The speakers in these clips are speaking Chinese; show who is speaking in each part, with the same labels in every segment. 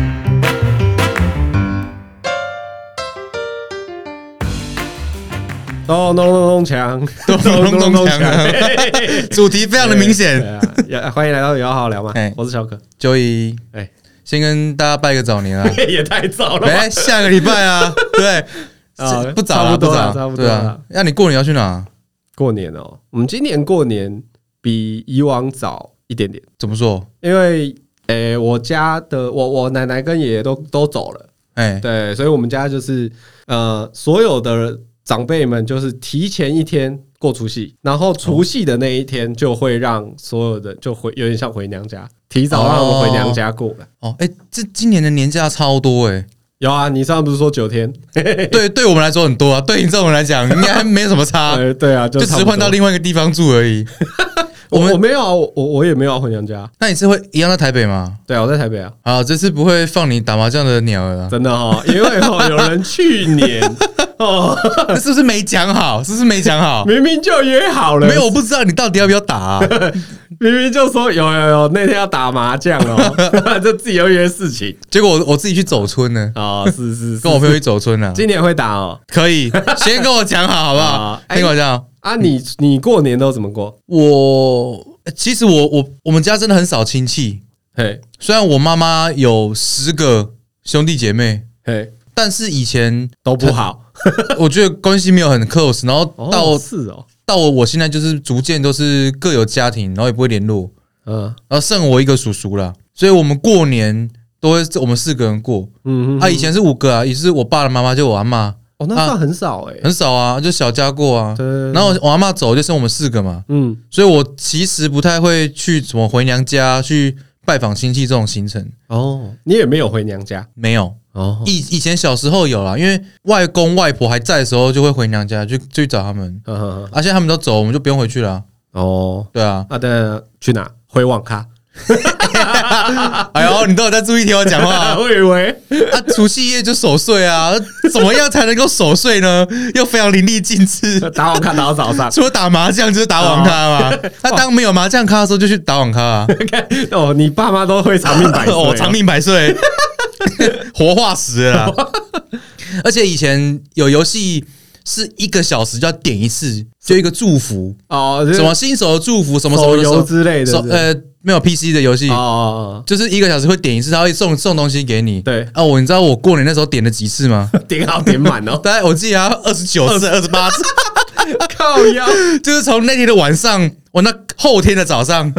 Speaker 1: 咚啊咚咚咚锵，咚
Speaker 2: 咚
Speaker 1: 咚
Speaker 2: 咚
Speaker 1: 咚
Speaker 2: 咚
Speaker 1: 锵，
Speaker 2: 主题非
Speaker 1: 非
Speaker 2: 常的明显。
Speaker 1: 对啊，欢迎来到有要好好聊吗
Speaker 2: 哎？
Speaker 1: 我是小可，
Speaker 2: 九一，
Speaker 1: 哎，
Speaker 2: 先跟大家拜个早年啊！
Speaker 1: 也太早了吧？
Speaker 2: 哎，下个礼拜啊， 对，
Speaker 1: 啊
Speaker 2: 是不早了，
Speaker 1: 差不多
Speaker 2: 早，
Speaker 1: 了差不多
Speaker 2: 对啊
Speaker 1: 了。
Speaker 2: 那你过年要去哪？
Speaker 1: 过年哦，我们今年过年比以往早一点点，
Speaker 2: 怎么说？
Speaker 1: 因为诶，我家的我我奶奶跟爷爷都都走了，
Speaker 2: 哎，
Speaker 1: 对，所以我们家就是呃，所有的长辈们就是提前一天。过除夕，然后除夕的那一天就会让所有的就回有点像回娘家，提早让我们回娘家过了。
Speaker 2: 哦，哎，这今年的年假超多哎，
Speaker 1: 有啊，你上次不是说九天？
Speaker 2: 对，对我们来说很多啊，对你这种人 来讲应该没什么差，
Speaker 1: 呃， 对啊，
Speaker 2: 就
Speaker 1: 就
Speaker 2: 只是换到
Speaker 1: 另
Speaker 2: 另外一个地方住而已。
Speaker 1: 我
Speaker 2: 我们
Speaker 1: 我没有啊，我我我也没有要回娘家。
Speaker 2: 那你是会一样在台北吗？
Speaker 1: 对啊，我在台北啊，
Speaker 2: 啊，这次不会放你打麻将的鸟儿啊 了，
Speaker 1: 真的哦，因为哦，有人去年 哦，
Speaker 2: 那是不是没讲好？是不是没讲 好？
Speaker 1: 明明就约好了，
Speaker 2: 没有，我不知道你到底要不要打啊。
Speaker 1: 明明就说有有有那天要打麻将哦， 就自己又约事情
Speaker 2: 结果我我自己去走村呢，
Speaker 1: 哦，是是是
Speaker 2: 跟，我朋友去走村啊 呢，
Speaker 1: 今年会打哦
Speaker 2: 可以先跟我讲好，好不好
Speaker 1: 啊？哎
Speaker 2: 先跟我讲好。
Speaker 1: 啊，你你过年都怎么过？
Speaker 2: 我呃其实我我我们家真的很少亲戚，
Speaker 1: 嘿
Speaker 2: 虽然我妈妈有十个兄弟姐妹，
Speaker 1: 嘿，
Speaker 2: 但是以前
Speaker 1: 都不好
Speaker 2: 我觉得关系没有很 close，然后 到、
Speaker 1: 哦，是哦，
Speaker 2: 到我我现在就是逐渐都是各有家庭，然后也不会联络，
Speaker 1: 嗯
Speaker 2: 然后剩我一个叔叔啦，所以我们过年都会我们四个人过。
Speaker 1: 嗯
Speaker 2: 啊，以前是五个啊，也是我爸的妈妈就我阿妈，
Speaker 1: 哦，那算很少哎，
Speaker 2: 啊很少啊，就小家过啊。
Speaker 1: 对
Speaker 2: 然后我阿妈走就剩我们四个嘛，
Speaker 1: 嗯
Speaker 2: 所以我其实不太会去什么回娘家去拜访亲戚这种行程，
Speaker 1: 哦，你也没有回娘家
Speaker 2: 没有。
Speaker 1: 哦，
Speaker 2: 以以前小时候有啦，因为外公外婆还在的时候就会回娘家去去找他们，
Speaker 1: 呵呵呵
Speaker 2: 啊，现在他们都走，我们就不用回去了啊。
Speaker 1: 哦。
Speaker 2: 对啊，
Speaker 1: 啊，对，去哪？回网咖？。
Speaker 2: 哎呦，你都有在注意听我讲话 啊
Speaker 1: 我以为
Speaker 2: 啊，除夕夜就守岁啊，怎么样才能够守岁呢？又非常淋漓尽致。
Speaker 1: 打网咖打到早 上。
Speaker 2: 除了打麻将就是打网咖嘛。那、当没有麻将咖的时候，就去打网咖啊。
Speaker 1: 哦，你爸妈都会长命百岁、啊
Speaker 2: 哦，长。命百岁，活化石了啦。而且以前有游戏是一个小时就要点一次，就一个祝福，
Speaker 1: 哦，就是
Speaker 2: 什么新手的祝福，什么什
Speaker 1: 手
Speaker 2: 么的
Speaker 1: 游之类的
Speaker 2: 手呃，没有 PC 的游戏
Speaker 1: 哦，哦，哦
Speaker 2: 就是一个小时会点一次，他会送送东西给你。
Speaker 1: 对
Speaker 2: 啊，我你知道我过年那时候点了几次 吗？，
Speaker 1: 哦点好点满哦
Speaker 2: 大概我记得二十九次、二十八次，
Speaker 1: 靠腰
Speaker 2: 就是从那天的晚上，我那后天的早上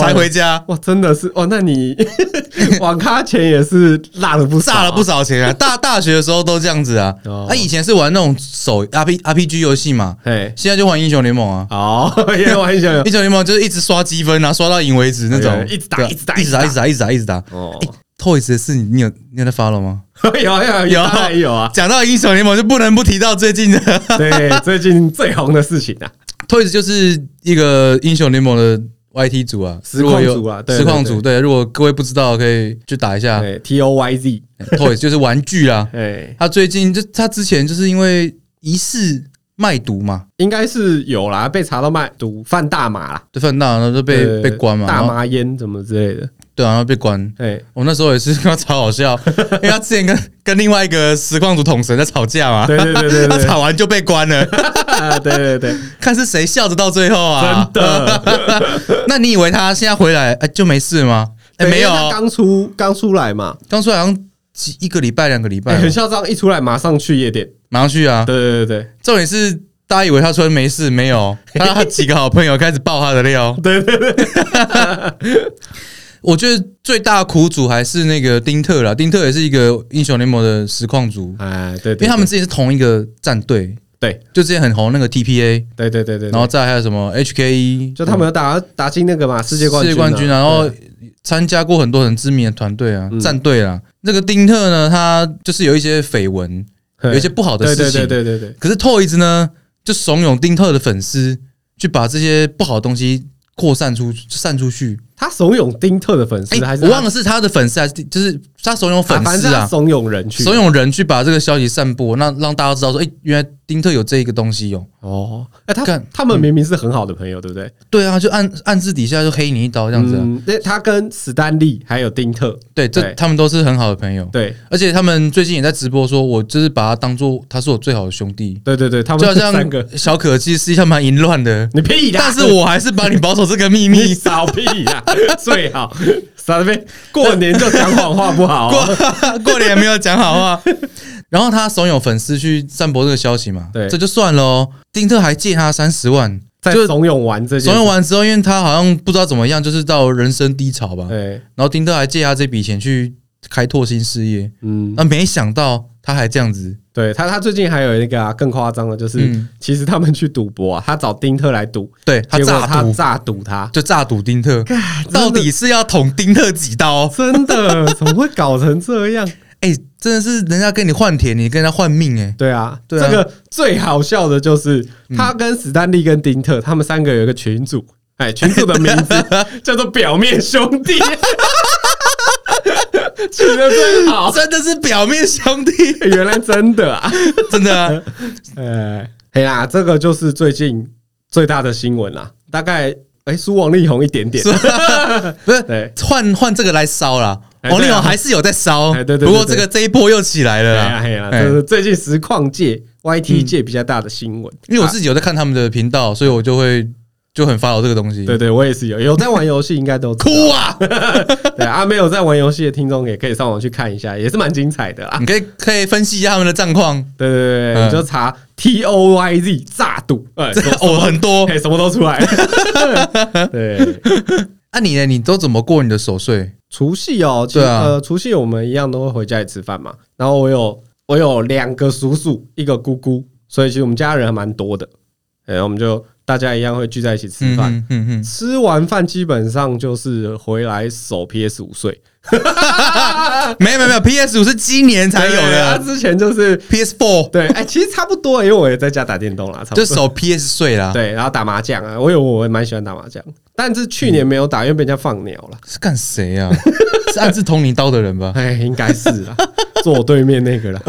Speaker 2: 才。
Speaker 1: 哦
Speaker 2: 回家。
Speaker 1: 哇，真的是哦哇！那你 网咖钱也是辣了不少、
Speaker 2: 炸了不少 钱啊！大大学的时候都这样子啊。
Speaker 1: 哦
Speaker 2: 他以前是玩那种手 R P R P G 游戏嘛，
Speaker 1: 嘿，
Speaker 2: 现在就玩英雄联盟啊。
Speaker 1: 哦， 因为我 很想有
Speaker 2: 英雄联盟就是一直刷积分啊，刷到赢为止那
Speaker 1: 哎
Speaker 2: 种
Speaker 1: 呀，一直打
Speaker 2: 对啊
Speaker 1: 一直打
Speaker 2: 一直打，一直打，一直打，一直打。哎
Speaker 1: 哦，
Speaker 2: Toys 的事，你有你有在 follow 吗？
Speaker 1: 有有有
Speaker 2: 哎有！
Speaker 1: 当然有啊
Speaker 2: 讲到英雄联盟，就不能不提到最近的
Speaker 1: 对，最近最红的事情啊，
Speaker 2: Toys，就是一个英雄联盟的 YT 组啊，
Speaker 1: 实况组啊
Speaker 2: 如果有
Speaker 1: 对对
Speaker 2: 实况组。对，如果各位不知道，可以去打一下
Speaker 1: 对，T O Y Z，
Speaker 2: Toys，就是玩具啦。
Speaker 1: 哎，
Speaker 2: 他最近就他之前就是因为疑似卖毒嘛，
Speaker 1: 应该是有啦，被查到卖毒贩大麻啦。
Speaker 2: 就犯大，然后就
Speaker 1: 呃
Speaker 2: 被被关嘛，
Speaker 1: 大
Speaker 2: 然后
Speaker 1: 麻烟怎么之类的。
Speaker 2: 对啊，然后被关。
Speaker 1: 哎，
Speaker 2: 我那时候也是跟他超 好笑，因为他之前跟跟另外一个实况组统神在吵架嘛，
Speaker 1: 对对对对
Speaker 2: 他
Speaker 1: 对，
Speaker 2: 吵完就被 关了，
Speaker 1: 啊对对对，
Speaker 2: 看是谁笑着到最后啊！
Speaker 1: 真的
Speaker 2: 那你以为他现在回来哎就没事吗？ 哎，没有
Speaker 1: 因为他
Speaker 2: 哦，
Speaker 1: 刚出刚出来嘛，
Speaker 2: 刚出来好像几一个礼拜、两个礼拜
Speaker 1: 哎，
Speaker 2: 哦
Speaker 1: 很，嚣张，一出来马上去夜店。
Speaker 2: 马上去啊！
Speaker 1: 对对对
Speaker 2: 重点是大家以为他说没事，没有，他他几个好朋友开始爆他的料。
Speaker 1: 对对
Speaker 2: 啊
Speaker 1: 对对，
Speaker 2: 我觉得最大的苦主还是那个丁特啦，丁特也是一个英雄联盟的实况组，
Speaker 1: 哎对，对
Speaker 2: 因为他们之前是同一个战队，
Speaker 1: 对
Speaker 2: 就之前很红那个 TPA，
Speaker 1: 对对对对，然
Speaker 2: 然后
Speaker 1: 后
Speaker 2: 再还有什么 HKE，
Speaker 1: 就他们有打打进那个嘛世界冠
Speaker 2: 嗯世界
Speaker 1: 军
Speaker 2: 冠军啊，然后参加过很多很知名的团队
Speaker 1: 嗯
Speaker 2: 啊、战队啦。那个丁特呢，他就是有一些绯闻，
Speaker 1: 对
Speaker 2: 有一些不好的
Speaker 1: 对
Speaker 2: 事
Speaker 1: 对对
Speaker 2: 情。
Speaker 1: 对对对，
Speaker 2: 可是 Toys 呢，就怂恿丁特的粉丝去把这些不好的东西扩散出散出去，
Speaker 1: 他怂恿丁特的粉丝还
Speaker 2: 哎，
Speaker 1: 是他
Speaker 2: 我忘了是他的粉丝还是就是他怂恿粉
Speaker 1: 反
Speaker 2: 丝
Speaker 1: 正他
Speaker 2: 啊，
Speaker 1: 怂恿人去
Speaker 2: 怂恿人去把这个消息散播，那让大家知道说，哎，原来丁特有这一个东西哦。
Speaker 1: 哦，哎、他
Speaker 2: 干
Speaker 1: 他们明明是很好的朋友，对不对？
Speaker 2: 对啊，就暗暗自底下就黑你一刀这样子啊。
Speaker 1: 嗯，那他跟史丹利还有丁特，
Speaker 2: 对，这
Speaker 1: 对
Speaker 2: 他们都是很好的朋友，
Speaker 1: 对
Speaker 2: 而且他们最近也在直播说，我就是把他当做他是我最好的兄弟，
Speaker 1: 对对对，他
Speaker 2: 就好
Speaker 1: 们三个，
Speaker 2: 像小可其实私底下蛮淫乱的，
Speaker 1: 你屁啦！
Speaker 2: 但是我还是帮你保守这个秘
Speaker 1: 你
Speaker 2: 密。
Speaker 1: 少屁啦， 最好傻呗，过年就讲谎话不好、
Speaker 2: 过
Speaker 1: 啊。
Speaker 2: 过年没有讲好话，然后他怂恿粉丝去散播这个消息嘛，
Speaker 1: 对
Speaker 2: 这就算了哦。丁特还借他三十万，
Speaker 1: 在
Speaker 2: 就
Speaker 1: 怂恿完这件事，
Speaker 2: 怂恿完之后，因为他好像不知道怎么样，就是到人生低潮吧。
Speaker 1: 对，
Speaker 2: 然后丁特还借他这笔钱去开拓新事业，
Speaker 1: 嗯，
Speaker 2: 那没想到他还这样子，
Speaker 1: 对他他最近还有一个啊更夸张的，就是、
Speaker 2: 嗯
Speaker 1: 其实他们去赌博啊，他找丁特来赌，
Speaker 2: 对他
Speaker 1: 结果
Speaker 2: 诈
Speaker 1: 他
Speaker 2: 赌，
Speaker 1: 诈赌他，
Speaker 2: 就诈赌丁特，到底是要捅丁特几刀？
Speaker 1: 真的怎么会搞成这 样？
Speaker 2: 哎、真的是人家跟你换铁，你跟人家换命、哎，
Speaker 1: 对啊，嗯
Speaker 2: 对啊
Speaker 1: 这个最好笑的就是他跟史丹利跟丁特他们三个有一个群组，哎，群组的名 字叫做“表面兄 弟”，取的真好，
Speaker 2: 真的是表面兄弟，
Speaker 1: 欸原来真的啊！
Speaker 2: 真的啊、
Speaker 1: 哎，哎呀，这个就是最近最大的新闻啦，大概哎输王力宏一点点，
Speaker 2: 啊不是
Speaker 1: 对。
Speaker 2: 换换这个来烧啦。
Speaker 1: 哎
Speaker 2: 王力
Speaker 1: 对啊
Speaker 2: 宏还是有在烧，
Speaker 1: 哎对对对
Speaker 2: 不过这个这一波又起来了
Speaker 1: 哎呀
Speaker 2: 啦
Speaker 1: 哎呀，，
Speaker 2: 哎嗯
Speaker 1: 这是最近实况界、YT 界比较大的新闻。啊
Speaker 2: 因为我自己有在看他们的频道，所以我就会就很 follow 这个东西，
Speaker 1: 对对，我也是有有在玩游戏，应该都知道
Speaker 2: 哭啊！
Speaker 1: 对啊，没有在玩游戏的听众也可以上网去看一下，也是蛮精彩的啦。
Speaker 2: 你可以可以分析一下他们的战况，
Speaker 1: 对对对对，
Speaker 2: 嗯
Speaker 1: 你就查 T O Y Z 炸赌，哎，
Speaker 2: 这
Speaker 1: 什么
Speaker 2: 哦很多。
Speaker 1: 哎什么都出来了。 对，
Speaker 2: 啊，你呢？你都怎么过你的守岁？
Speaker 1: 除夕哦，其实
Speaker 2: 对啊
Speaker 1: 呃，除夕我们一样都会回家里吃饭嘛。然后我有我有两个叔叔，一个姑姑，所以其实我们家人还蛮多的。哎，我们就大家一样会聚在一起吃饭。
Speaker 2: 嗯嗯嗯，
Speaker 1: 吃完饭基本上就是回来守 PS 五岁
Speaker 2: 嗯没有没有没有，PS 五是今年才有
Speaker 1: 对
Speaker 2: 的
Speaker 1: 啊
Speaker 2: 啊
Speaker 1: 之前就是
Speaker 2: ，PS Four
Speaker 1: 对，哎、其实差不多，因为我也在家打电动啦，差不
Speaker 2: 就
Speaker 1: 多。
Speaker 2: 守 PS 岁啦。
Speaker 1: 对，然后打麻将啊，我有我也蛮喜欢打麻将，但是去年没有打，因为被人家放鸟了。
Speaker 2: 是干谁啊？ 是暗自捅你刀的人 吧？
Speaker 1: 哎，应该是啦，坐我对面那个啦。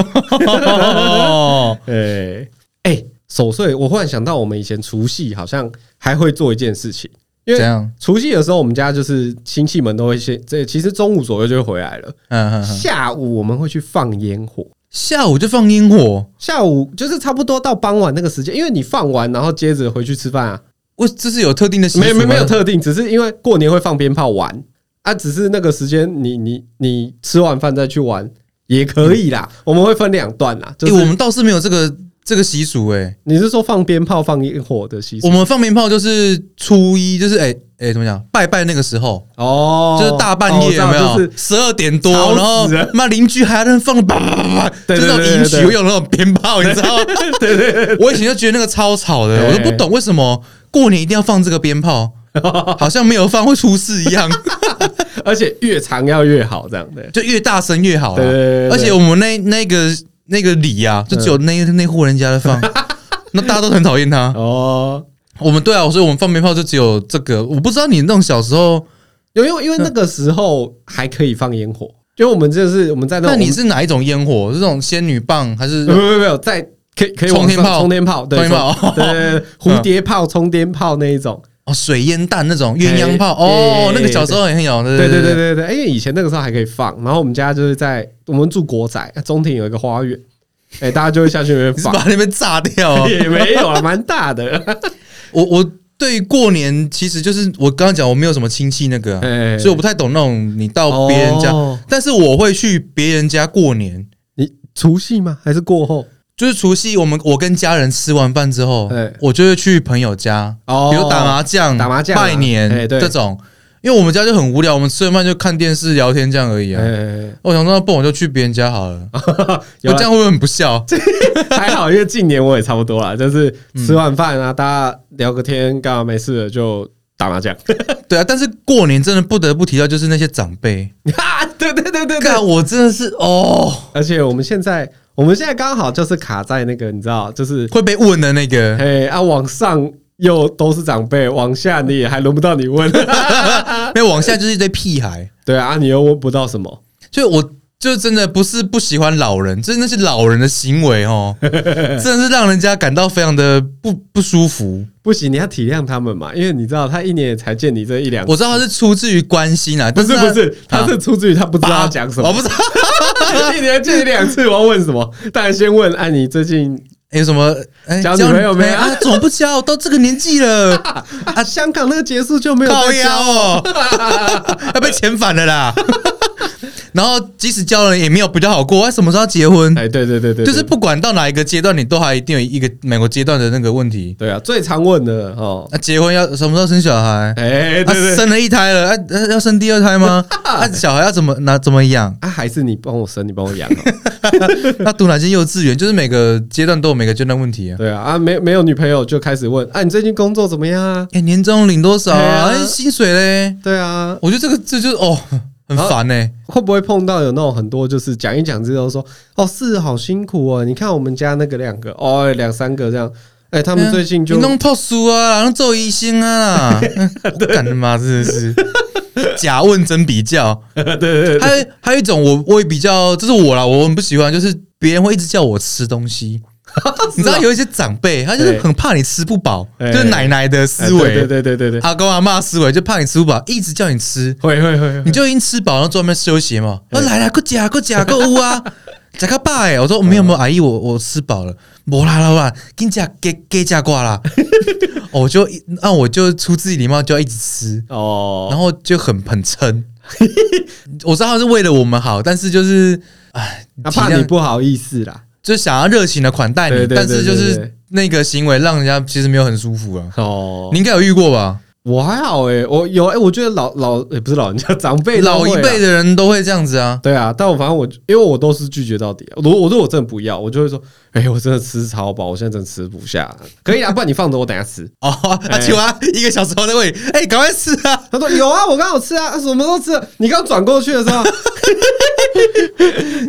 Speaker 2: 哦，
Speaker 1: 哎、哎，守岁，我忽然想到，我们以前除夕好像还会做一件事情，因
Speaker 2: 怎
Speaker 1: 为
Speaker 2: 样？
Speaker 1: 除夕的时候，我们家就是亲戚们都会先，这其实中午左右就会回来了，
Speaker 2: 嗯嗯嗯，
Speaker 1: 下午我们会去放烟火。
Speaker 2: 下午就放烟火，
Speaker 1: 下午就是差不多到傍晚那个时间，因为你放完，然后接着回去吃饭啊。
Speaker 2: 我这是有特定的习俗吗
Speaker 1: 没有没有没有特定，只是因为过年会放鞭炮玩啊，只是那个时间你你你吃完饭再去玩也可以啦。我们会分两段啦，就
Speaker 2: 嗯诶我
Speaker 1: 是
Speaker 2: 们倒是没有这个这个习俗诶。
Speaker 1: 你是说放鞭炮、放烟火的习俗
Speaker 2: 我们放鞭炮就是初一，就是诶诶怎么讲？拜拜那个时候，
Speaker 1: 哦，
Speaker 2: 就是大半夜有
Speaker 1: 哦我知
Speaker 2: 没
Speaker 1: 道
Speaker 2: 有
Speaker 1: 就？是
Speaker 2: 十二点多，
Speaker 1: 吵死
Speaker 2: 然后
Speaker 1: 了
Speaker 2: 妈邻居还在那放叭叭叭叭，
Speaker 1: 对
Speaker 2: 就
Speaker 1: 对
Speaker 2: 那种
Speaker 1: 对对
Speaker 2: 迎
Speaker 1: 对
Speaker 2: 娶会有那种鞭炮，你知道吗？
Speaker 1: 对对对，
Speaker 2: 我以前就觉得那个超吵的，
Speaker 1: 对
Speaker 2: 我都不懂为什么过年一定要放这个鞭 炮，好像没有放会出事一样，
Speaker 1: 而且越长要越好，这样的。
Speaker 2: 就越大声越好啦
Speaker 1: 对对对对嗯
Speaker 2: 而且我们那那个那个礼啊，就只有那那户人家 在放，那大家都很讨厌他。
Speaker 1: 哦，
Speaker 2: 我们对啊，所以我们放鞭炮就只有这个。我不知道你那种小时候，
Speaker 1: 因为因为那个时候还可以放烟火，因为我们就是我们在那
Speaker 2: 那
Speaker 1: 种嗯
Speaker 2: 你是哪一种烟火？是这种仙女棒还是
Speaker 1: 没有没有没有在可以可以往
Speaker 2: 冲天
Speaker 1: 上
Speaker 2: 炮
Speaker 1: 冲天炮，对
Speaker 2: 冲天炮
Speaker 1: 对对对对蝴蝶炮、冲天炮那一种。
Speaker 2: 哦水烟弹那种鸳鸯炮？
Speaker 1: 哎
Speaker 2: 哦
Speaker 1: 哎，
Speaker 2: 那个小时候很有，
Speaker 1: 对
Speaker 2: 对
Speaker 1: 对
Speaker 2: 对
Speaker 1: 对对对，因为以前那个时候还可以放，然后我们家就是在我们住国宅，中庭有一个花园，哎，大家就会下去那边
Speaker 2: 你是
Speaker 1: 放，
Speaker 2: 把那边炸掉 啊、
Speaker 1: 也没有啊，蛮大的，
Speaker 2: 我我对于过年其实就是我刚刚讲，我没有什么亲戚那个啊、
Speaker 1: 哎
Speaker 2: 所以我不太懂那种你到别人家，
Speaker 1: 哦
Speaker 2: 但是我会去别人家过年，
Speaker 1: 你除夕吗？还是过后？
Speaker 2: 就是除夕我们我跟家人吃完饭之后
Speaker 1: 对，
Speaker 2: 我就会去朋友家，
Speaker 1: 哦
Speaker 2: 比如打麻将、
Speaker 1: 打麻将啊
Speaker 2: 拜年
Speaker 1: 哎对
Speaker 2: 这种，因为我们家就很无聊，我们吃完饭就看电视、聊天这样而已啊。
Speaker 1: 哎，
Speaker 2: 我想说，那不然我就去别人家好了，我
Speaker 1: 哦有啊
Speaker 2: 这
Speaker 1: 啦
Speaker 2: 样会不会很不孝？
Speaker 1: 还好，因为近年我也差不多啦，就是吃完饭啊，大家聊个天，干嘛没事了就打麻将，
Speaker 2: 对啊，但是过年真的不得不提到，就是那些长辈，
Speaker 1: 啊， 对对对对对，
Speaker 2: 干我真的是哦，
Speaker 1: 而且我们现在我们现在刚好就是卡在那个你知道，就是
Speaker 2: 会被问的那个。
Speaker 1: 哎啊往上又都是长辈，往下你也还轮不到你问。
Speaker 2: 没有往下就是一堆屁孩，
Speaker 1: 对啊，你又问不到什么。
Speaker 2: 所以我就真的不是不喜欢老人，就是那些老人的行 为哦，真的是让人家感到非常的不不舒服。
Speaker 1: 不行，你要体谅他们嘛，因为你知道他一年也才见你这一两次。
Speaker 2: 我知道他是出自于关心啊，
Speaker 1: 不
Speaker 2: 但
Speaker 1: 是
Speaker 2: 他
Speaker 1: 不是，他是出自于他不知道要讲什
Speaker 2: 我
Speaker 1: 么，
Speaker 2: 不知 道
Speaker 1: 一年见你两次，我要问什么？当然先问，哎，你最近
Speaker 2: 有什么哎
Speaker 1: 交女朋友没有
Speaker 2: 啊？怎么不交？都这个年纪了，
Speaker 1: 啊，香港那个结束就没有啊
Speaker 2: 靠
Speaker 1: 再
Speaker 2: 腰
Speaker 1: 交，
Speaker 2: 哦，要被遣返了啦。然后即使交了也没有比较好过，啊什么时候要结婚？
Speaker 1: 哎，对对对对，对
Speaker 2: 就是不管到哪一个阶段，你都还一定有一个每个阶段的那个问题。
Speaker 1: 对啊，最常问的哦，
Speaker 2: 那、啊结婚要什么时候生小孩？
Speaker 1: 哎，对
Speaker 2: 啊
Speaker 1: 对，
Speaker 2: 生了一胎了，啊，呃要生第二胎 吗？啊，小孩要怎么拿怎么养？
Speaker 1: 啊，还是你帮我生，你帮我养哦，
Speaker 2: 要读哪间幼稚园？就是每个阶段都有每个阶段问题 啊。
Speaker 1: 对啊，啊，没没有女朋友就开始问，啊，你最近工作怎么样啊？
Speaker 2: 哎、年终领多少啊？
Speaker 1: 对啊
Speaker 2: 哎薪水嘞？
Speaker 1: 对啊，
Speaker 2: 我觉得这个这就是哦，很烦呢、欸
Speaker 1: 会不会碰到有那种很多就是讲一讲之后说，哦，是好辛苦哦，你看我们家那个两个，哦，两三个这样，哎，他们最近就
Speaker 2: 嗯你弄泡书啊，弄做医生啊啦，我干他妈真的是假问真比较。
Speaker 1: 对对对，
Speaker 2: 还有还有一种我我也比较，这是我啦，我很不喜欢，就是别人会一直叫我吃东 西。你知道有一些长辈，他就是
Speaker 1: 啊对
Speaker 2: 很怕你吃不饱，
Speaker 1: 哎
Speaker 2: 就是奶奶的思
Speaker 1: 哎对
Speaker 2: 维，
Speaker 1: 对 对对对对，
Speaker 2: 阿公阿妈思维，就怕你吃不饱，一直叫你吃，
Speaker 1: 会会会，
Speaker 2: 你就已经吃饱，然后坐在那边休息嘛。
Speaker 1: 哎
Speaker 2: 我来来，快夹，快夹，快屋 啊，夹个爸哎！我说没有
Speaker 1: 嗯
Speaker 2: 没有，阿姨，我我吃饱了，没啦啦啦，给你夹给给夹 挂啦。哦我就那我就出自己礼貌就要一直吃，
Speaker 1: 哦，
Speaker 2: 然后就很很撑。 我知道他是为了我们好，但是就是哎，
Speaker 1: 他
Speaker 2: 体
Speaker 1: 怕
Speaker 2: 谅
Speaker 1: 你不好意思啦，
Speaker 2: 就想要热情的款待你，
Speaker 1: 对对对
Speaker 2: 但是就
Speaker 1: 对对
Speaker 2: 是
Speaker 1: 对
Speaker 2: 那个行为让人家其实没有很舒服啊。
Speaker 1: 哦
Speaker 2: 你，应该有遇过吧？
Speaker 1: 我还好哎，我有哎，我觉得老老也不是老人家，长辈都
Speaker 2: 老
Speaker 1: 会啊
Speaker 2: 一
Speaker 1: 啦
Speaker 2: 辈的人都会这样子 啊。
Speaker 1: 对啊，但我反正我因为我都是拒绝到底。如我如果我真的不要，我就会说，哎、我真的吃超饱，我现在真的吃不下。可以 啊，不然你放着我等下吃。
Speaker 2: 哦， 啊，
Speaker 1: 哎
Speaker 2: 请问啊一个小时后再问你，哎，赶快吃 啊！
Speaker 1: 他说有啊，我刚好吃啊，什么都吃了。你刚转过去的时候，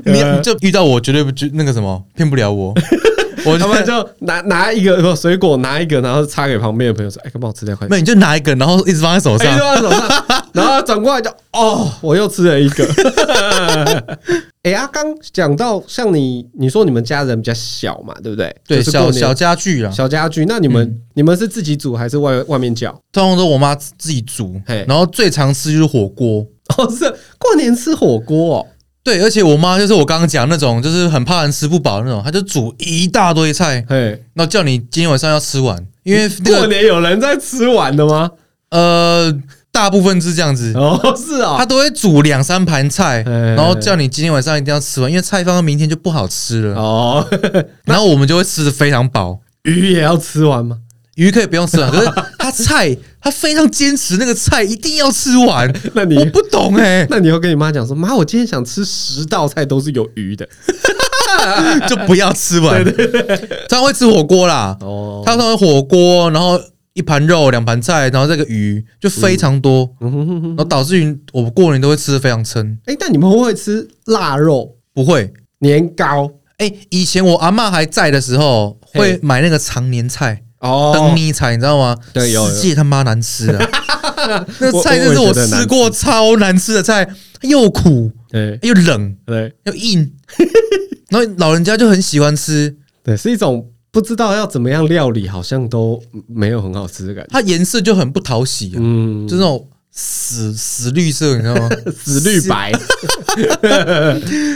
Speaker 2: 你
Speaker 1: 啊
Speaker 2: 你就遇到我绝对不就那个什么骗不了 我，我
Speaker 1: 他们
Speaker 2: 就
Speaker 1: 就拿拿一个水果，拿一个，然后插给旁边的朋友说，哎、可以帮我吃掉块。
Speaker 2: 没有你就拿一个，然后一直放在手
Speaker 1: 哎，
Speaker 2: 上
Speaker 1: 就。在手上，然后转过来就哦，我又吃了一个。 哎、呀，刚讲到像你，你说你们家人比较小嘛，对不对？
Speaker 2: 对，
Speaker 1: 就是过
Speaker 2: 小
Speaker 1: 年
Speaker 2: 小嗯家具啊啦，
Speaker 1: 小家具，那你们、你们是自己煮还是外外面叫？
Speaker 2: 通常都我妈自己煮，
Speaker 1: 嘿
Speaker 2: 然后最常吃就是火锅。
Speaker 1: 哦，是过年吃火锅哦，
Speaker 2: 对，而且我妈就是我刚刚讲那种，就是很怕人吃不饱那种，她就煮一大堆菜，
Speaker 1: 嘿，
Speaker 2: 然后叫你今天晚上要吃完，因为那
Speaker 1: 过
Speaker 2: 个
Speaker 1: 年有人在吃完的吗？
Speaker 2: 呃大部分是这样子，
Speaker 1: 哦，是啊、
Speaker 2: 她都会煮两三盘菜，
Speaker 1: 哎哎哎
Speaker 2: 然后叫你今天晚上一定要吃完，因为菜放到明天就不好吃了。
Speaker 1: 哦， 哦，
Speaker 2: 然后我们就会吃的非常饱，
Speaker 1: 鱼也要吃完吗？
Speaker 2: 鱼可以不用吃完，可是她菜她非常坚持那个菜一定要吃完，
Speaker 1: 那你
Speaker 2: 我不懂哎、
Speaker 1: 那你要跟你妈讲说，妈，我今天想吃十道菜都是有鱼的。
Speaker 2: 就不要吃完。他会吃火锅啦，
Speaker 1: 哦，
Speaker 2: 他常会火锅，然后一盘肉、两盘菜，然后这个鱼就非常多，
Speaker 1: 嗯
Speaker 2: 然后导致于我过年都会吃的非常撑。
Speaker 1: 哎、但你们会不会吃腊肉、
Speaker 2: 不会，
Speaker 1: 年糕？
Speaker 2: 哎、以前我阿嬷还在的时候，
Speaker 1: 嘿
Speaker 2: 会买那个常年菜、
Speaker 1: 哦
Speaker 2: 灯泥菜，你知道吗？
Speaker 1: 对有有
Speaker 2: 世界他妈难吃 啊！那个菜
Speaker 1: 我
Speaker 2: 真是
Speaker 1: 我
Speaker 2: 我
Speaker 1: 也觉得难
Speaker 2: 吃过超难吃的菜，又苦
Speaker 1: 对
Speaker 2: 又冷
Speaker 1: 对
Speaker 2: 又硬， 然后老人家就很喜欢吃。
Speaker 1: 对，是一种不知道要怎么样料理，好像都没有很好吃的感觉。
Speaker 2: 它颜色就很不讨喜、啊，
Speaker 1: 嗯，
Speaker 2: 就那种死死绿色，你知 道吗？
Speaker 1: 紫绿白，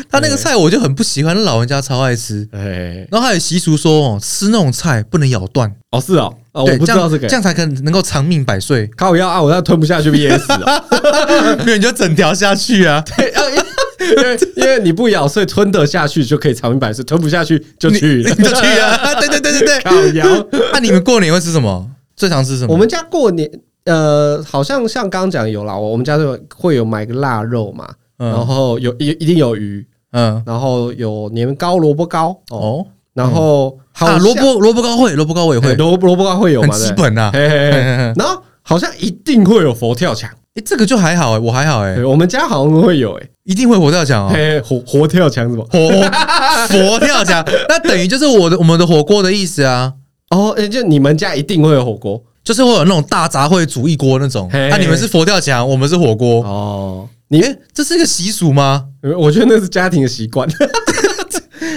Speaker 2: 它那个菜我就很不喜欢，老人家超爱吃。
Speaker 1: 哎，
Speaker 2: 然后还有习俗说，哦，吃那种菜不能咬断，
Speaker 1: 哦是哦，哦
Speaker 2: 对
Speaker 1: 我不知道这
Speaker 2: 这样
Speaker 1: 个。
Speaker 2: 这，样才可能能够长命百岁
Speaker 1: 靠腰啊，我要吞不下去 VS 哦。
Speaker 2: 没有你就整条下去啊，
Speaker 1: 因为因为你不咬，所以吞得下去就可以长命百岁，吞不下去就去了
Speaker 2: 你。就去 啊。对对对对对。
Speaker 1: 靠咬，
Speaker 2: 那、你们过年会吃什么？最常吃 什么？
Speaker 1: 我们家过年呃，好像像刚刚讲有啦，我我们家就会有买个腊肉嘛，
Speaker 2: 嗯
Speaker 1: 然后有一一定有鱼，
Speaker 2: 嗯
Speaker 1: 然后有年糕、萝卜糕哦，嗯
Speaker 2: 哦
Speaker 1: 然后好
Speaker 2: 啊，
Speaker 1: 像
Speaker 2: 萝卜萝卜糕会，萝卜糕我也
Speaker 1: 哎
Speaker 2: 会，
Speaker 1: 萝卜萝卜糕会有
Speaker 2: 很
Speaker 1: 嘛，
Speaker 2: 基
Speaker 1: 对
Speaker 2: 本啊。
Speaker 1: 嘿嘿
Speaker 2: 嘿嘿
Speaker 1: 嘿，
Speaker 2: 嘿
Speaker 1: 然后好像一定会有佛跳墙，
Speaker 2: 哎，这个就还好哎、我还好哎、
Speaker 1: 对，我们家好像会有哎，
Speaker 2: 一定会活跳墙哦。
Speaker 1: 嘿，活活跳墙是吧？
Speaker 2: 火佛跳墙，那等于就是我的我们的火锅的意思啊。
Speaker 1: 哦，诶就你们家一定会有火锅
Speaker 2: 就是会有那种大杂烩煮一锅那种。
Speaker 1: 嘿
Speaker 2: 啊，你们是佛跳墙，我们是火锅。
Speaker 1: 哦。
Speaker 2: 你这是一个习俗吗？
Speaker 1: 我觉得那是家庭的习惯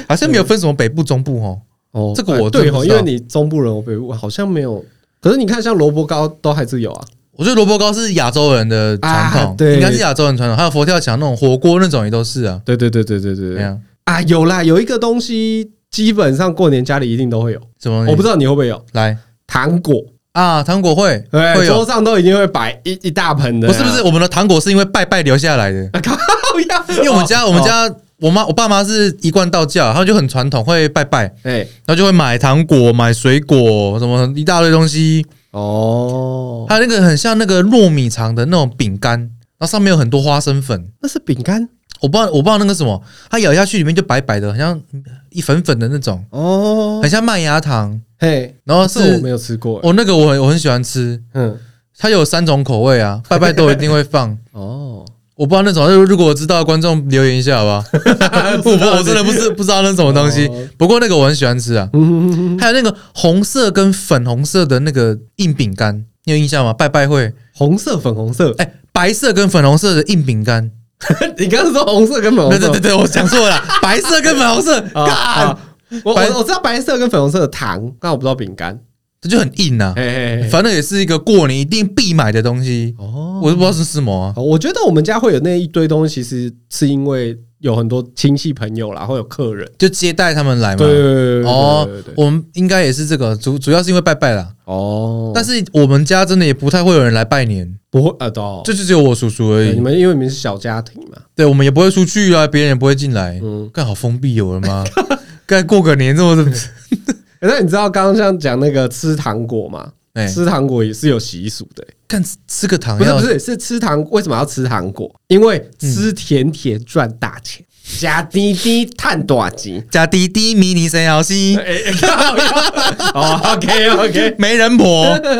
Speaker 2: 好像没有分什么北部、中部哦。
Speaker 1: 哦
Speaker 2: 这个我真
Speaker 1: 对
Speaker 2: 的不
Speaker 1: 哦，
Speaker 2: 知
Speaker 1: 因
Speaker 2: 道
Speaker 1: 为你中部人，我北部好像没有。可是你看，像萝卜糕都还是有啊。
Speaker 2: 我觉得萝卜糕是亚洲人的传统，
Speaker 1: 啊对
Speaker 2: 应该是亚洲人传统。还有佛跳墙那种火锅那种也都是啊。
Speaker 1: 对对对对对对
Speaker 2: 怎
Speaker 1: 对
Speaker 2: 样？
Speaker 1: 啊，有啦，有一个东西基本上过年家里一定都会有，
Speaker 2: 什么？
Speaker 1: 我不知
Speaker 2: 道。
Speaker 1: 道你会不会有
Speaker 2: 来
Speaker 1: 糖果，
Speaker 2: 啊，糖果会
Speaker 1: 对，
Speaker 2: 会
Speaker 1: 桌
Speaker 2: 有，
Speaker 1: 上都一定会摆一一大盆的啊，
Speaker 2: 不是不是，我们的糖果是因为拜拜留下来的。
Speaker 1: 啊，靠呀，
Speaker 2: 因为我们家
Speaker 1: 哦
Speaker 2: 我们，家我妈我爸妈是一贯道教，他们就很传统，会拜拜，
Speaker 1: 哎，
Speaker 2: 然后就会买糖果、买水果，什么一大堆东西。
Speaker 1: 哦，
Speaker 2: 还有那个很像那个糯米肠的那种饼干，然后上面有很多花生粉。
Speaker 1: 那是饼干
Speaker 2: 我不知道我不知道那个什么，它咬下去里面就白白的，很像一粉粉的那种，
Speaker 1: 哦
Speaker 2: 很，像麦芽糖。
Speaker 1: 嘿，
Speaker 2: 然后
Speaker 1: 这我
Speaker 2: 是
Speaker 1: 没有吃过，
Speaker 2: 我那个我很我很喜欢吃，
Speaker 1: 嗯，
Speaker 2: 它有三种口味啊，拜拜都一定会放。
Speaker 1: 哦，
Speaker 2: 我不知道那种，如果我知道的观众留言一下好不 好？我不我真的不是不知道那种东西
Speaker 1: 哦，
Speaker 2: 不过那个我很喜欢吃啊。
Speaker 1: 嗯，
Speaker 2: 还有那个红色跟粉红色的那个硬饼干，你有印象吗？拜拜会，
Speaker 1: 红色、粉红色，
Speaker 2: 哎、白色跟粉红色的硬饼干，
Speaker 1: 你刚刚说红色跟粉红
Speaker 2: 对
Speaker 1: 色，
Speaker 2: 对对对，我讲错了啦， 白色跟粉红色，
Speaker 1: 啊
Speaker 2: 干，
Speaker 1: 啊我
Speaker 2: 白
Speaker 1: 我我知道白色跟粉红色的糖，但我不知道饼干，
Speaker 2: 这就很硬呐、啊。
Speaker 1: 嘿嘿嘿，
Speaker 2: 反正也是一个过年一定必买的东西，
Speaker 1: 哦。
Speaker 2: 我都不知道是什么啊。
Speaker 1: 哦我觉得我们家会有那一堆东西，其实是因为有很多亲戚朋友啦，会有客人。
Speaker 2: 就接待他们来嘛。
Speaker 1: 对对对对
Speaker 2: 哦
Speaker 1: 对对，对
Speaker 2: 我们应该也是这个主，主要是因为拜拜啦。
Speaker 1: 哦，
Speaker 2: 但是我们家真的也不太会有人来拜年，
Speaker 1: 不会啊，都
Speaker 2: 就就只有我叔叔而
Speaker 1: 对你
Speaker 2: 已。
Speaker 1: 们因为你们是小家庭嘛，
Speaker 2: 对，我们也不会出去啊，别人也不会进来。
Speaker 1: 嗯，
Speaker 2: 干好封闭哦，我的妈！ 干过个年之 后，
Speaker 1: 欸那你知道刚刚像讲那个吃糖果嘛？
Speaker 2: 哎，
Speaker 1: 吃糖果也是有习俗的、欸
Speaker 2: 干吃吃个糖
Speaker 1: 不是
Speaker 2: 要
Speaker 1: 不是是吃糖，为什么要吃糖果？因为吃甜甜赚大钱，加滴滴探大钱。
Speaker 2: 加滴滴迷你三摇西
Speaker 1: 哎、欸，靠靠哦，OK OK，
Speaker 2: 媒人婆
Speaker 1: 啊对